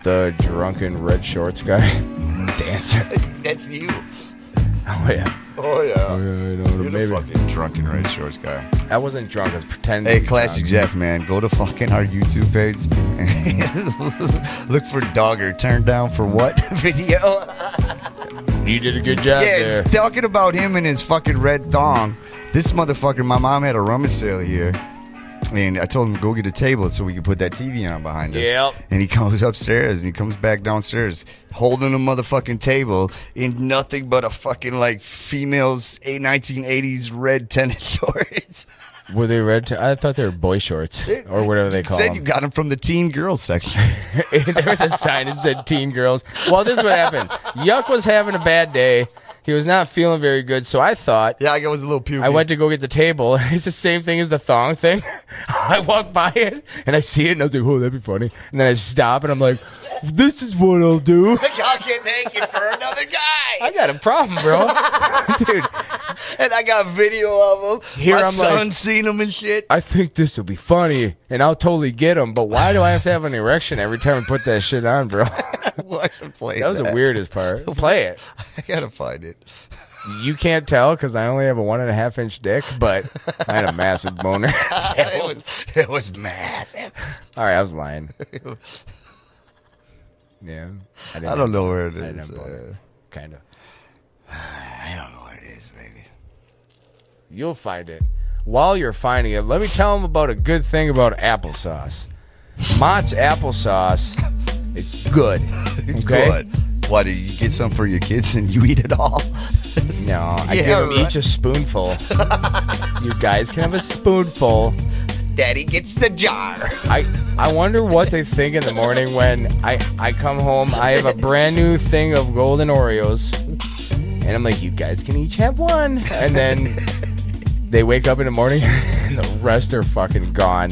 the drunken red shorts guy dancing. That's you. Oh yeah. Oh yeah. You're the fucking drunken red shorts guy. I wasn't drunk. I was pretending. Hey, to be Classic drunk. Jeff, man, go to fucking our YouTube page. and Look for Dogger. Turned down for what video? You did a good job yeah, there. it's talking about him and his fucking red thong. This motherfucker, my mom had a rummage sale here. And I told him, go get a table so we can put that TV on behind us. Yep. And he comes upstairs and he comes back downstairs holding a motherfucking table in nothing but a fucking like female's eight- 1980s red tennis shorts. Were they red? T- I thought they were boy shorts or whatever they call Said them. you got him from the teen girls section. there was a sign that said teen girls. Well, this is what happened. Yuck was having a bad day. He was not feeling very good, so I thought. Yeah, I was a little pukey. I went to go get the table. It's the same thing as the thong thing. I walk by it and I see it and I was like, oh, that'd be funny. And then I stop and I'm like, this is what I'll do. I'll get naked for another guy. I got a problem, bro. Dude, and I got video of him. Here My I'm like- son's seen him and shit. I think this will be funny and I'll totally get him, but why do I have to have an erection every time I put that shit on, bro? Well, I should play That was the weirdest part. Play it. I gotta find it. You can't tell because I only have a one and a half inch dick, but I had a massive boner. it was it was massive. All right, I was lying. Yeah, I, I don't know where it I didn't is, uh, have a boner. kind of. I don't know what it is, baby. You'll find it. While you're finding it, let me tell them about a good thing about applesauce. Mott's applesauce, it's good. Okay? Good. Why do you get some for your kids and you eat it all? No, I Yeah, give 'em right. each a spoonful. you guys can have a spoonful. Daddy gets the jar. I I wonder what they think in the morning when I I come home. I have a brand new thing of golden Oreos, and I'm like, you guys can each have one, and then they wake up in the morning, and the rest are fucking gone.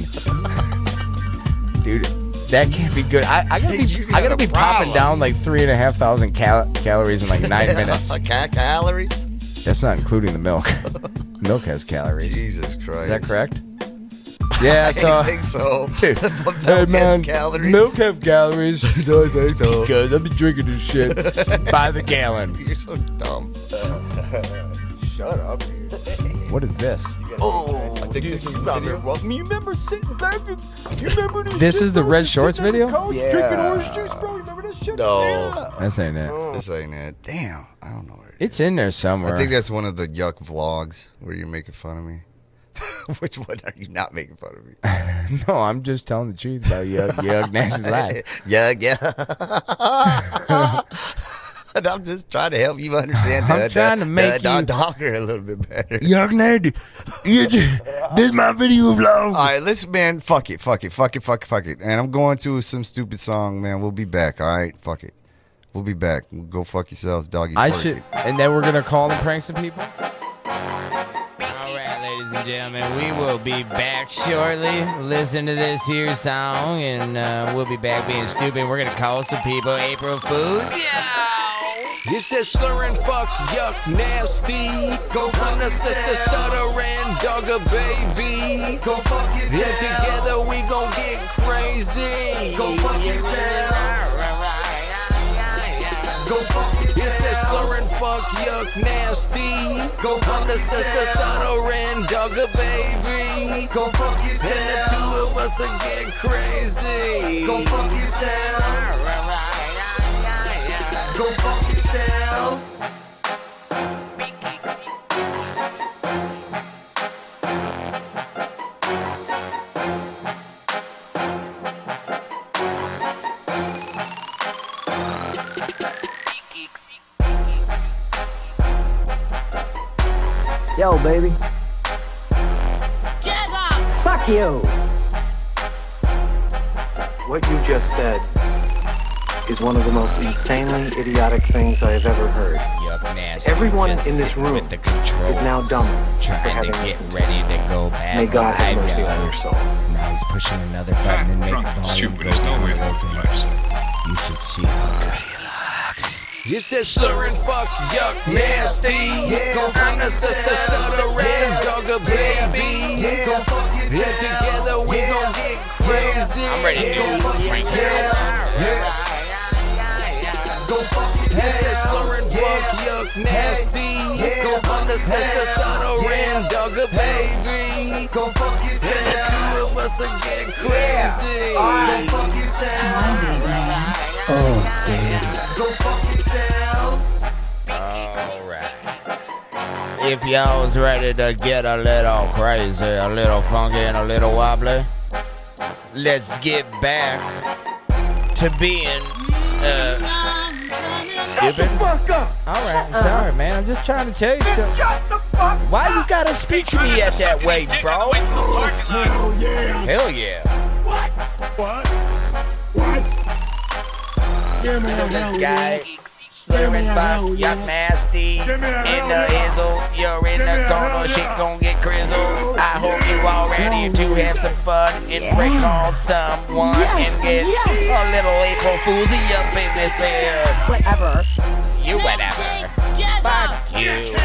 Dude, that can't be good. I, I gotta be You got I gotta a be popping problem. down like three and a half thousand cal- calories in like nine minutes. Ca- calories. That's not including the milk. milk has calories. Jesus Christ. Is that correct? Yeah. So. I think so. Dude. Milk Hey, has man, calories. Milk have calories. I think so. Because I've been drinking this shit by the gallon. You're so dumb. Shut up. What is this? Oh, I think this is the Stop video. it, Walt. You remember sitting back? and- You remember this? This shit, is the bro? Red You sit Shorts there in video? college Drinking Yeah. orange juice, bro. You remember that shit? Oh. No. That's ain't it. This ain't it. Damn. I don't know where it It's in there is. somewhere. I think that's one of the yuck vlogs where you're making fun of me. Which one are you not making fun of me? no, I'm just telling the truth about Yug Yug Nancy's life. Yug, yeah. and I'm just trying to help you understand I'm the, trying the, to make the, the you- doctor a little bit better. Yug Nancy, you just, this is my video All vlog. right, listen, man. Fuck it, fuck it, fuck it, fuck it, fuck it. And I'm going to some stupid song, man. We'll be back. All right, fuck it. We'll be back. Go fuck yourselves, doggy. I twerk should, it. and then we're gonna call and prank some people. All right, ladies and gentlemen, we will be back shortly. Listen to this here song, and uh, we'll be back being stupid. We're gonna call some people April Fool. It says slurring, fuck, yuck, nasty. Go run us, that's the stuttering dogger, baby. Go fuck yourself. Yeah, together we gon' get crazy. Go fuck yourself. Go fuck yourself. It says slurring, fuck, yuck, nasty. Go run us, that's the stuttering dogger, baby. Go fuck yourself. And the two of us will get crazy. Go fuck yourself. Go fuck yourself. Yo, baby. Jag Fuck you. What you just said is one of the most insanely idiotic things I have ever heard. Yuck nasty. Everyone Just in this sitting room with the controls, is now dumber for Trying having to get listened to ready to go back. May God have mercy on your soul. Now he's pushing another button and making volume go down a little bit. You should see how good he You said slurring, fuck, yuck, nasty. Go find us the the stuttering dogger, baby. Go fuck yourself. Yeah, together we gon' get crazy. I'm ready to Go fuck yourself. Go fuck yourself. You said slurring, fuck, yuck, nasty. Go find us the the stuttering dogger, baby. Go fuck yourself. And the two of us will get crazy. Go fuck yourself. Oh, Go fuck yourself. Alright. If y'all's ready to get a little crazy, a little funky, and a little wobbly, let's get back to being uh, stupid. fuck up. All right, I'm sorry, man. I'm just trying to tell you something. Why you gotta speak to me at that way, bro? Hell yeah. Hell yeah. What? What? Give me a hell This yeah. guy slurring fuck, hell yeah. yuck nasty. In Give me a hell the yeah. hizzle, you're in Give me the a hell corner, shit yeah. gon' get grizzled. I hope you all ready to have some fun and break on someone and get a little April Foolsy up in this bed. Whatever. You whatever. Fuck you.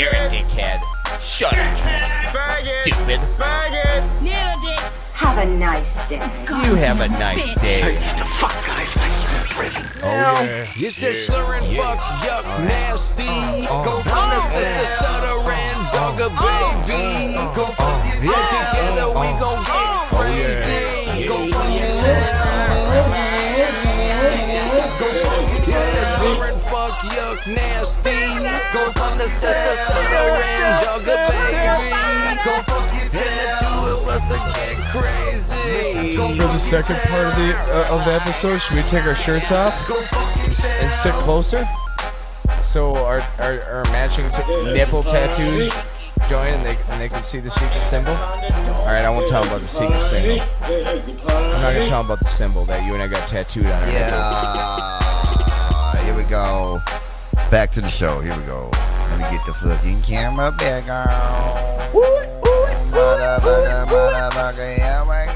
You're a dickhead. Shut up. Stupid. Have a nice day. You have a nice day. Oh, yeah. You said Yeah. slurring, Yeah. Uh, fuck, yuck, nasty. Go find us the the stuttering dogger, uh, baby. Go fuck yourself. Yeah, together we gon' uh, get oh, crazy. Go fuck yourself. Go fuck yourself. You said slurring, fuck, yuck, nasty. Go find us the the stuttering dogger, baby. Go fuck yourself. And the two of us will get crazy. Go For the second part of the uh, of the episode, should we take our shirts off and sit closer? So our our, our matching t- nipple tattoos join, and they and they can see the secret symbol. All right, I won't tell them about the secret symbol. I'm not gonna tell them about the symbol that you and I got tattooed on. Our Yeah. uh, Here we go. Back to the show. Here we go. Let me get the fucking camera back on. Bada, bada, bada, bada, yeah, my God.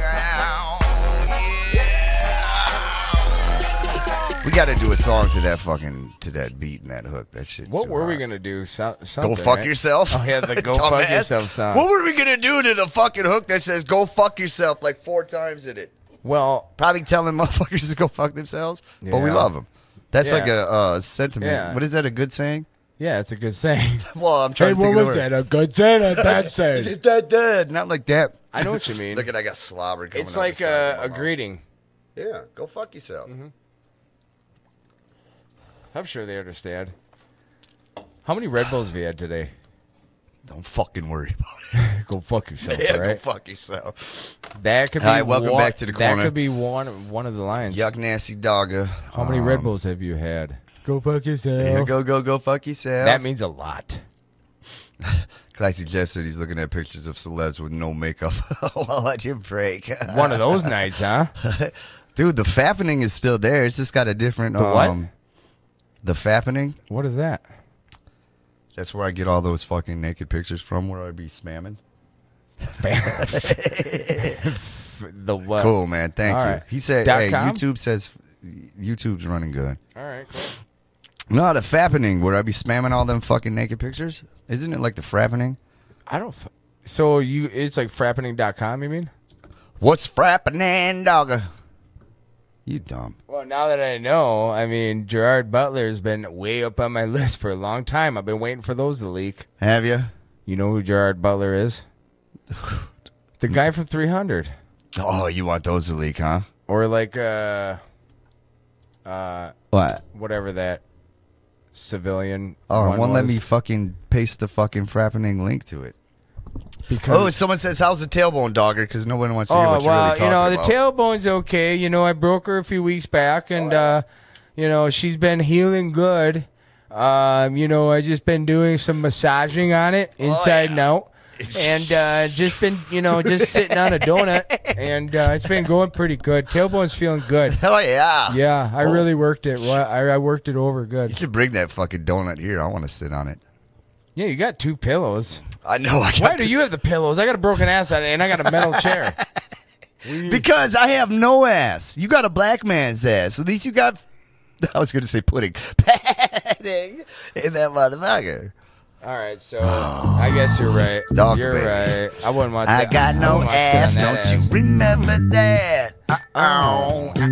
Yeah. We got to do a song to that fucking to that beat and that hook. That shit. What were we gonna do? So, something, Go fuck right? yourself. Oh yeah, the go fuck Dumbass. yourself song. What were we gonna do to the fucking hook that says "Go fuck yourself" like four times in it? Well, probably telling motherfuckers to go fuck themselves, but we Yeah. love them. That's Yeah. like a uh, sentiment. Yeah. What is that? A good saying? Yeah, it's a good saying. Well, I'm trying to hey, think what of was the that? word. A good saying, a bad Is saying. it that dead? Not like that. I know what you mean. Look at I got slobbered coming It's out like the side a, of my a mouth. greeting. Mm-hmm. Yeah, go fuck yourself. I'm sure they understand. How many Red Bulls have you had today? Don't fucking worry about it. go fuck yourself. Yeah, all go right? fuck yourself. That could be. All right, welcome one- back to the corner. That could be one one of the lines. Yuck, nasty dogger. How many Red Bulls have you had? Go fuck yourself. Yeah, go, go, go fuck yourself. That means a lot. Classy Jeff said he's looking at pictures of celebs with no makeup while at your break. One of those nights, huh? Dude, the fappening is still there. It's just got a different. The what? um, The fappening. What is that? That's where I get all those fucking naked pictures from, where I be spamming. the what? Cool, man. Thank All you. right. He said, Dot hey, com? YouTube says YouTube's running good. All right. Cool. No, the fappening, where I be spamming all them fucking naked pictures? Isn't it like the frappening? I don't. F- so you, it's like frappening.com. You mean? What's frappening, dogger? You dumb. Well, now that I know, I mean, Gerard Butler's been way up on my list for a long time. I've been waiting for those to leak. Have you? You know who Gerard Butler is? the guy from 300. Oh, you want those to leak, huh? Or like, uh, uh, What? whatever that civilian. Oh, one won't let was. me fucking paste the fucking frappening link to it. Because Oh, someone says, "How's the tailbone, dogger?" Because no one wants to hear Oh what well, you're really talking you know the about. tailbone's okay. You know I broke her a few weeks back, and uh, you know she's been healing good. Um, you know I just been doing some massaging on it inside and out, and uh, just been you know just sitting on a donut, and uh, it's been going pretty good. Tailbone's feeling good. Hell yeah! Yeah, I really worked it. Well, I, I worked it over you good. should bring that fucking donut here. I want to sit on it. Yeah, you got two pillows. I know. I got Why do two- you have the pillows? I got a broken ass on it, and I got a metal chair. Because I have no ass. You got a black man's ass. At least you got. I was going to say pudding. Padding in that motherfucker. All right, so I guess you're right. Dog you're baby. right. I wouldn't want. I that- got no wouldn't want to sit ass. Don't on that you ass. remember that? Uh oh, uh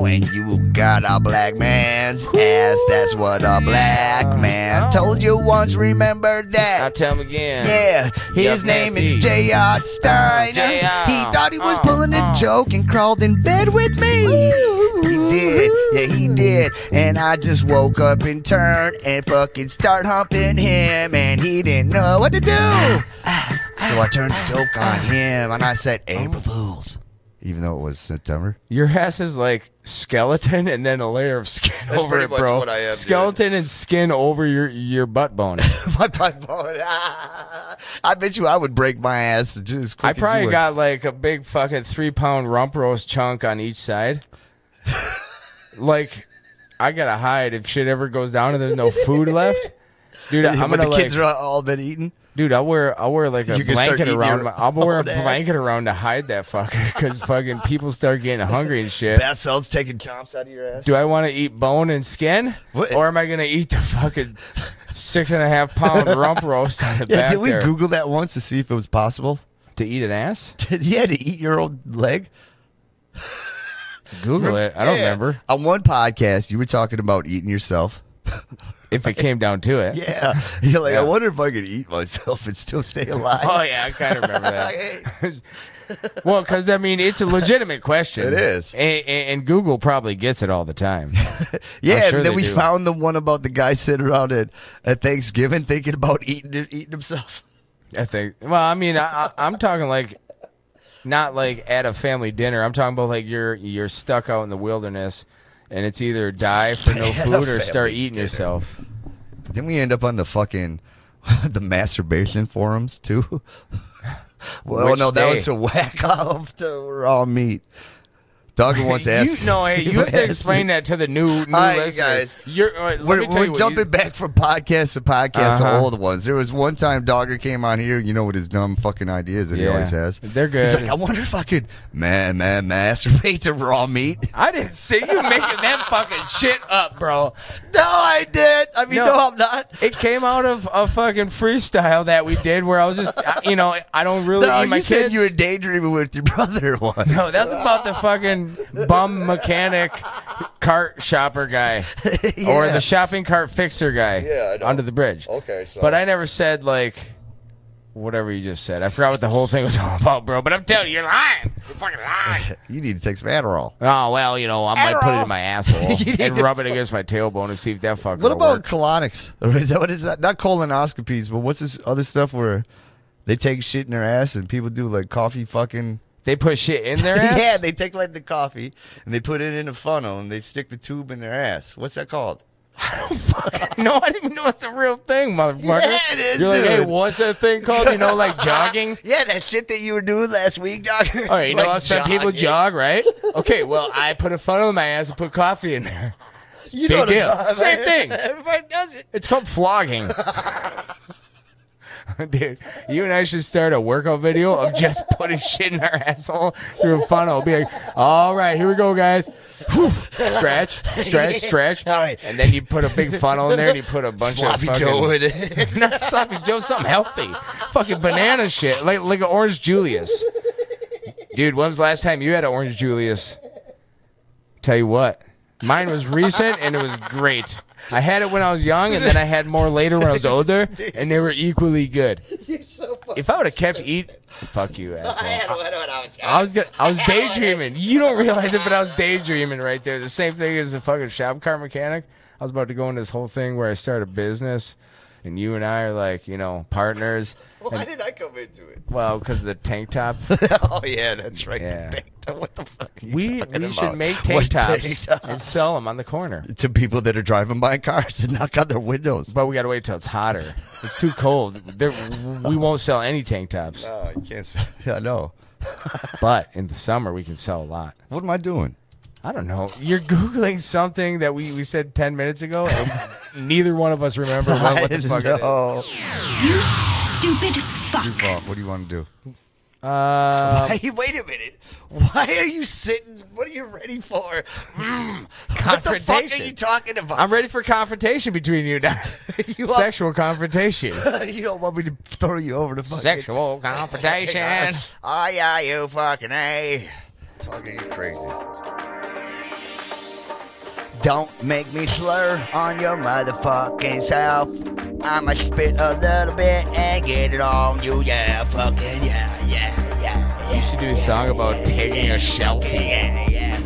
oh. And you got a black man's ass. That's what a black man told you once. Remember that. I'll tell him again. Yeah, his Yup, name is nasty. J.R. Stein. J.R., He thought he Oh, was uh, pulling a joke and crawled in bed with me. He did, yeah, he did. And I just woke up in turn and fucking start humping him, and he didn't know what to do. So I turned the joke on him and I said, Oh. April Fools. Even though it was September. Your ass is like skeleton and then a layer of skin That's over pretty it, much bro. what I am, dude. skeleton and skin over your your butt bone. My butt bone. ah. I bet you I would break my ass just as quick I as you probably would. got like a big fucking three pound rump roast chunk on each side. like, I gotta hide if shit ever goes down and there's no food left, dude. I'm When gonna the like. kids are all been eating. Dude, I'll wear I'll wear like a You can start blanket eating around. your My, I'll wear a own ass. blanket around to hide that fucker because fucking people start getting hungry and shit. Bath salts taking chomps out of your ass. Do I want to eat bone and skin, or am I gonna eat the fucking six and a half pound rump roast on the Yeah, back did we there? Google that once to see if it was possible to eat an ass? yeah, to eat your own leg. Google it. I don't Yeah. remember On one podcast, you were talking about eating yourself. if it came down to it. Yeah, you're like, Yeah. I wonder if I could eat myself and still stay alive. Oh yeah, I kind of remember that. well, because I mean, it's a legitimate question. It is. and, and, and Google probably gets it all the time. I'm Yeah, sure and then they we do. found the one about the guy sitting around at, at Thanksgiving thinking about eating eating himself. I think. Well, I mean, I, I, I'm talking like not like at a family dinner. I'm talking about like you're you're stuck out in the wilderness, and it's either die for no At a food or start family eating dinner. yourself. Didn't we end up on the fucking the masturbation forums too? well, Which no, that was day? to whack off to raw meat. Dogger wants to ask. You know, hey, you have to explain that to the new new All right, you listeners. guys. You're, all right, let We're, me tell we're you what you- jumping back from podcast to podcast to Uh-huh. old ones. There was one time Dogger came on here. You know what his dumb fucking ideas that he Yeah. always has. They're good. He's like, I wonder if I could man, man, masturbate to raw meat. I didn't see you making that fucking shit up, bro. No, I did. I mean, no, I'm not. It came out of a fucking freestyle that we did where I was just, I- you know, I don't really No, eat my you said kids. you were daydreaming with your brother once. No, that's about the fucking bum mechanic cart shopper guy or the shopping cart fixer guy Yeah, I know. under the bridge. Okay, so- But I never said, like, whatever you just said. I forgot what the whole thing was all about, bro. But I'm telling you, you're lying. You're fucking lying. you need to take some Adderall. Oh, well, you know, I might put it in my asshole You need and to- rub it against my tailbone and see if that fucking What will about work. colonics? Or is that what is that? Not colonoscopies, but what's this other stuff where they take shit in their ass and people do like coffee fucking. They put shit in their ass? yeah, they take like the coffee and they put it in a funnel and they stick the tube in their ass. What's that called? no, I didn't even know it's a real thing, motherfucker. Yeah, it is, You're like, hey, dude. what's that thing called? You know, like jogging? Yeah, that shit that you were doing last week, doctor. All right, you know how some people jog, right? Okay, well, I put a funnel in my ass and put coffee in there. You Big know what I'm deal. talking Same about. thing. Everybody does it. It's called flogging. Dude, you and I should start a workout video of just putting shit in our asshole through a funnel. Be like, all right, here we go, guys. Whew. Stretch, stretch, stretch. All right. And then you put a big funnel in there and you put a bunch Sloppy of fucking, Joe in it. Not sloppy Joe, something healthy. Fucking banana shit. Like, like an Orange Julius. Dude, when was the last time you had an Orange Julius? Tell you what, mine was recent and it was great. I had it when I was young, and then I had more later when I was older, and they were equally good. You're so fucking If I would have kept eat, fuck you, asshole. I was I was good. I was daydreaming. You don't realize it, but I was daydreaming right there. The same thing as the fucking shop car mechanic. I was about to go into this whole thing where I start a business, and you and I are like, you know, partners. Why did I come into it? Well, because of the tank top. oh yeah, that's right. Yeah. Tank top. What the fuck? are you We, talking we should about? make What tank tops tank top? and sell them on the corner. to people that are driving by cars and knock out their windows. But we gotta wait till it's hotter. It's too cold. There, we won't sell any tank tops. No, you can't. Sell, yeah, I know. but in the summer, we can sell a lot. What am I doing? I don't know. You're googling something that we, we said ten minutes ago, and neither one of us remember what, what the fuck. it is. know. You stupid fuck. Your fault. What do you want to do? Uh, Why- wait a minute. Why are you sitting? What are you ready for? Mm, What the fuck are Confrontation. you talking about? I'm ready for confrontation between you now. You are- Sexual confrontation. you don't want me to throw you over the fucking Sexual confrontation. Oh yeah, you fucking a. Talking you crazy. Don't make me slur on your motherfucking self. I'ma spit a little bit and get it on you, yeah, fucking yeah, yeah, yeah. You should do a song about taking a selfie. Yeah, yeah.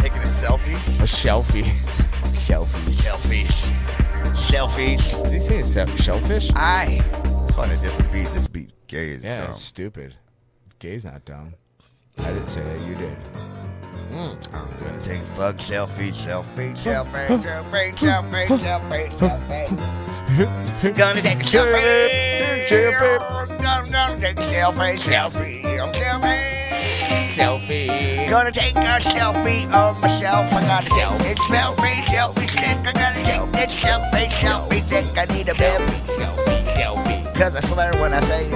Taking a selfie? A selfie. Selfie. Selfies. Selfies. Did he say se- shellfish? I. Let's find a different beat. This beat gay is Yeah, dumb. it's stupid. Gay's not dumb. I didn't say that. You did. Mm. I'm gonna take a fuck selfie, selfie, selfie, selfie, selfie, selfie, selfie. Gonna take a selfie, Selfie. Gonna, gonna take a selfie, selfie, I'm selfie. Selfie. Gonna take a selfie of myself. I gotta take it selfie, selfie stick. I gotta take it selfie, selfie stick. I need a selfie, selfie, selfie. Cause I slur when I say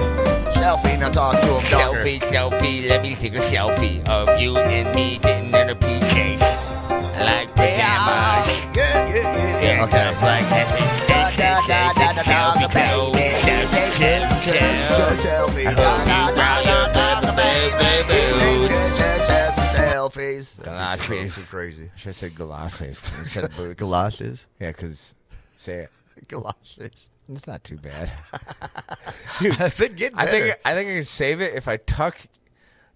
selfie, now talk to him, dogger. Selfie, selfie, let me take a selfie of you and me sitting in a PJs. Like Yeah, yeah, pajamas. yeah, yeah. Yeah, Okay. stuff like that. That's Da, da, da, da, a da, selfie, da, though. baby. That's a Take selfie, a though. selfie. I Da, hope you da, brought da, your da, da, other baby baby. boots. Take a selfies. Galoshes. So crazy. I should have said galoshes instead of boots. Galoshes. yeah, because say it. Galoshes. It's not too bad. I've been getting I think better. I think I can save it if I tuck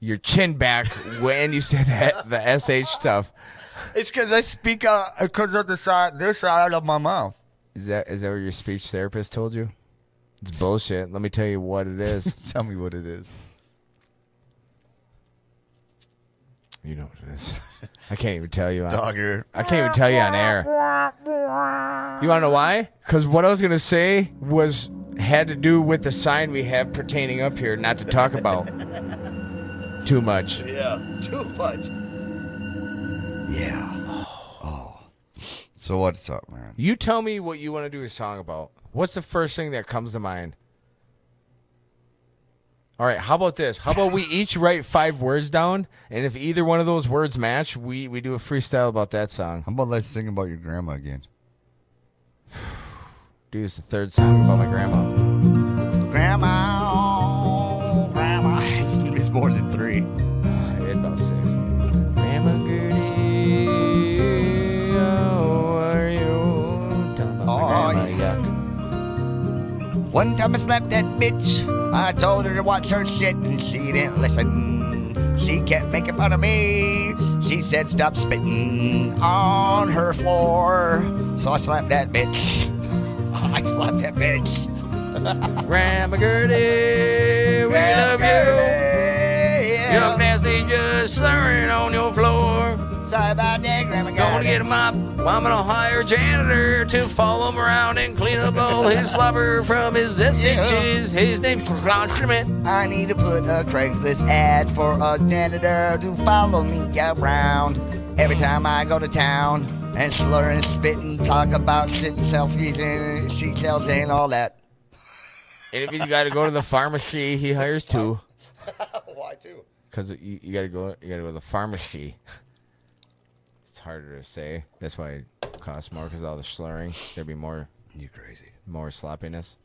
your chin back when you say that the sh stuff. It's because I speak out because of the side, this side of my mouth. Is that is that what your speech therapist told you? It's bullshit. Let me tell you what it is. Tell me what it is. you know what it is. I can't even tell you. on- Dogger. Uh, I can't even tell you on air. You want to know why? Because what I was gonna say was had to do with the sign we have pertaining up here, not to talk about too much. Yeah, too much. Yeah. Oh. So what's up, man? You tell me what you want to do a song about. What's the first thing that comes to mind? All right, how about this? How about we each write five words down, and if either one of those words match, we we do a freestyle about that song. How about let's sing about your grandma again? Dude, it's the third song about my grandma. Grandma, Oh, grandma. It's, it's more than three. I did about six. Grandma Gertie. Oh, oh, One time I slapped that bitch. I told her to watch her shit and she didn't listen. She kept making fun of me. She said, stop spitting on her floor. So I slapped that bitch. I slapped that bitch. Grandma Gertie, we love you. You're nasty, just slurring on your floor. Sorry about that, Grandma Gonna get him up. I'm gonna hire a janitor to follow him around and clean up all his slobber from his SHs. His name's Cronsterman. I need to put a Craigslist ad for a janitor to follow me around every time I go to town and slur and spit and talk about shit and selfies and seashells and all that. And if you got to go to the pharmacy, he hires two. Why two? Because you, you got to go. You got to go to the pharmacy. It's harder to say. That's why it costs more because all the slurring. There'd be more. You crazy. More sloppiness.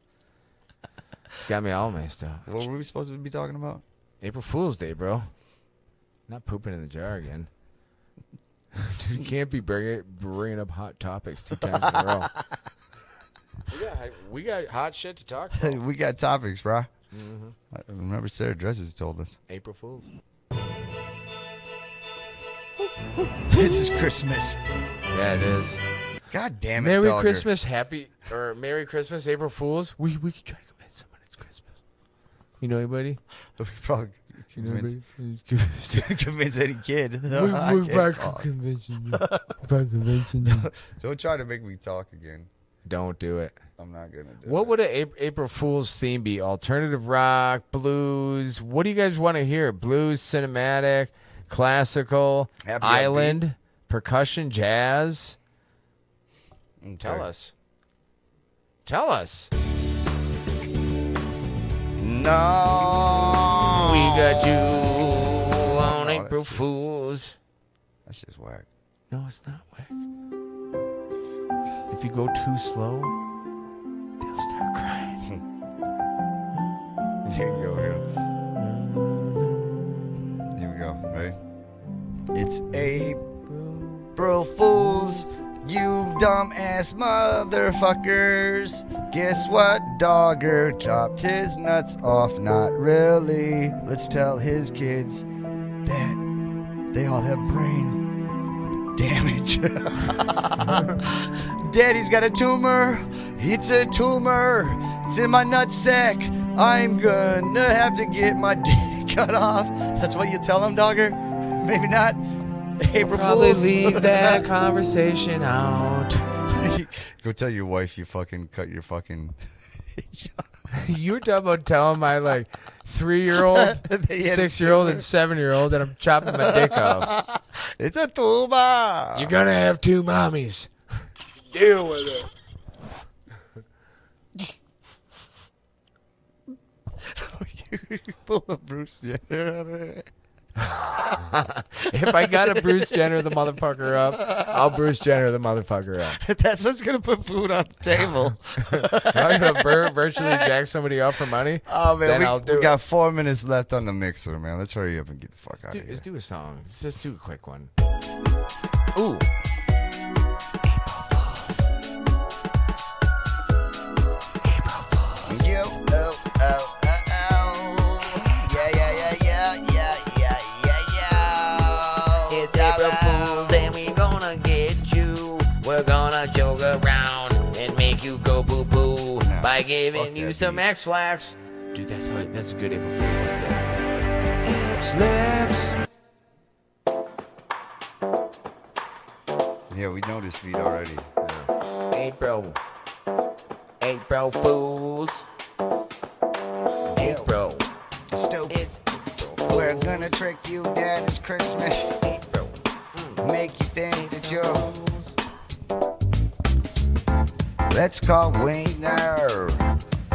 It's got me all messed up. What were we supposed to be talking about? April Fool's Day, bro. Not pooping in the jar again. Dude, you can't be bringing, bringing up hot topics two times in a row. We got, we got hot shit to talk about. we got topics, bro. Mhm. I remember Sarah Dresses told us. April Fools. This is Christmas. Yeah, it is. God damn it, Merry Dogger. Christmas, happy or Merry Christmas, April Fools. We we could try to convince someone it's Christmas. You know anybody? We probably You know convince, anybody? convince any kid. We- I we're can't back from talk. convention, yeah. Back convention, yeah. Don't try to make me talk again. Don't do it. I'm not gonna do What would a Ap- April Fool's theme be? Alternative rock, blues. What do you guys want to hear? Blues, cinematic, classical, Happy island, percussion, jazz. Tell us. Tell us. No. We got you Oh, on April Fools. That's just whack. No, it's not whack. If you go too slow, they'll start crying. Here we go. Here, here we go. Right? It's April Fools, you dumbass motherfuckers. Guess what? Dogger chopped his nuts off. Not really. Let's tell his kids that they all have brain damage. Daddy's got a tumor. It's a tumor. It's in my nutsack. I'm gonna have to get my dick cut off. That's what you tell him, dogger? Maybe not. April Probably Fools. leave that conversation out. Go tell your wife you fucking cut your fucking. you were talking about telling my like three year old, They had a six year old, tumor. and seven year old that I'm chopping my dick off. It's a tuba. You're gonna have two mommies. Deal with it. Pull a Bruce Jenner out of it. if I gotta Bruce Jenner the motherfucker up, I'll Bruce Jenner the motherfucker up. That's what's gonna put food on the table. I'm gonna vir- virtually jack somebody up for money. Oh man, then we, I'll do we it. got four minutes left on the mixer, man. Let's hurry up and get the fuck out Dude, of here. let's do a song. Let's just do a quick one. Ooh. You, oh, oh, oh, oh. Yeah, yeah, yeah, yeah, yeah, yeah, yeah, yeah. It's April Fools and we gonna get you. We're gonna joke around and make you go boo boo by giving you some X lax. Dude, that's how, that's a good April Fool's. Slaps. Yeah, we know this beat already. April. April Fools. April. Stupid. We're gonna trick you that it's Christmas. Mm. Make you think that you're. Let's call Wiener.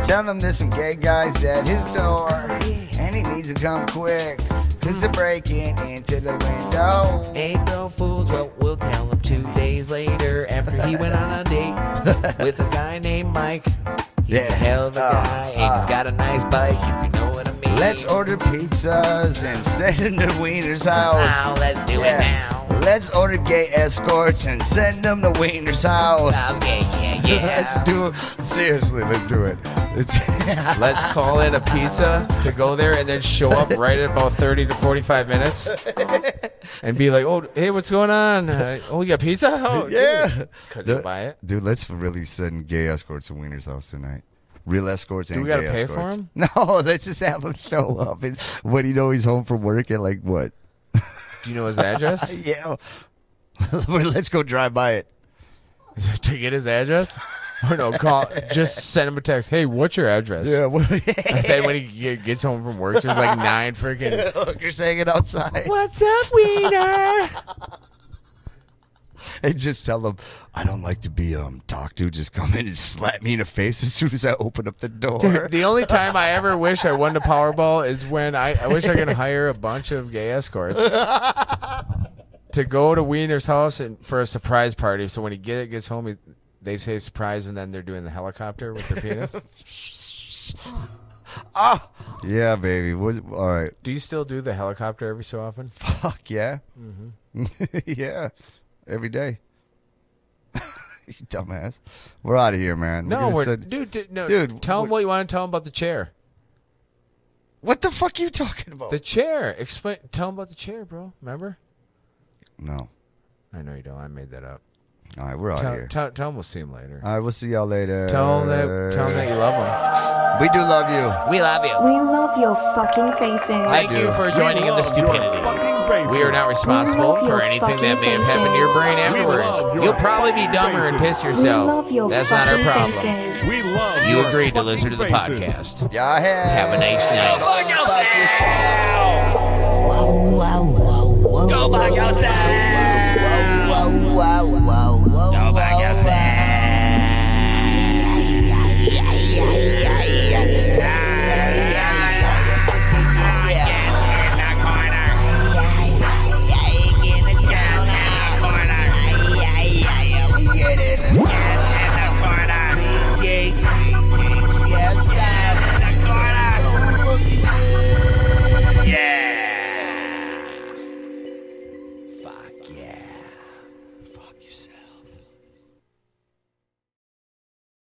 Tell him there's some gay guys at his door. And he needs to come quick. Cause Mm. they're breaking into the window. April Fools, well, we'll tell him two days later after he went on a date with a guy named Mike. He's a hell Oh, of a guy and he's got a nice bike, if you know what I mean. Let's order pizzas and send them to Wiener's house. Oh, let's do it now. Let's order gay escorts and send them to Wiener's house. Oh, Okay, yeah, yeah. Let's do it. Seriously, let's do it. It's Let's call it a pizza to go there and then show up right at about 30 to 45 minutes and be like, oh, hey, what's going on? Uh, oh, you got pizza? Oh, yeah. Could you buy it? Dude, let's really send gay escorts to Wiener's house tonight. Real escorts Do and we gay gotta pay for escorts. 'em? No, let's just have him show up. And when you know he's home from work at like what? Do you know his address? yeah. Well, let's go drive by it. to get his address? Or no, call. Just send him a text. Hey, what's your address? Yeah, well- and then when he ge- gets home from work, there's like nine freaking. Hookers hanging outside. What's up, Wiener? And just tell them I don't like to be um talked to. Just come in and slap me in the face as soon as I open up the door. Dude, the only time I ever wish I won the Powerball is when I, I wish I could hire a bunch of gay escorts to go to Wiener's house and for a surprise party. So when he get, gets home, he, they say surprise, and then they're doing the helicopter with their penis. Ah, yeah, baby. What, all right. Do you still do the helicopter every so often? Mm-hmm. Fuck yeah. yeah. Every day. you dumbass. We're out of here, man. No, gonna we're, send- dude, dude, no, Dude, Tell him what you want to tell him about the chair. What the fuck are you talking about? The chair. Explain. Tell him about the chair, bro. Remember? No. I know you don't. I made that up. All right, we're out tell, here. Tell, tell him we'll see him later. Uh, all right, we'll see y'all later. Tell him that. Tell him that you love him. We do love you. We love you. We love your fucking faces. Thank you for joining in the stupidity. We are not responsible We love for your anything that may have fucking happened to your brain faces. We love afterwards. your You'll probably be fucking dumber and faces. piss We yourself. love your That's not our fucking problem. faces. We love You your agreed to listen to the fucking podcast. Yeah, Have a nice night. Go by yourself.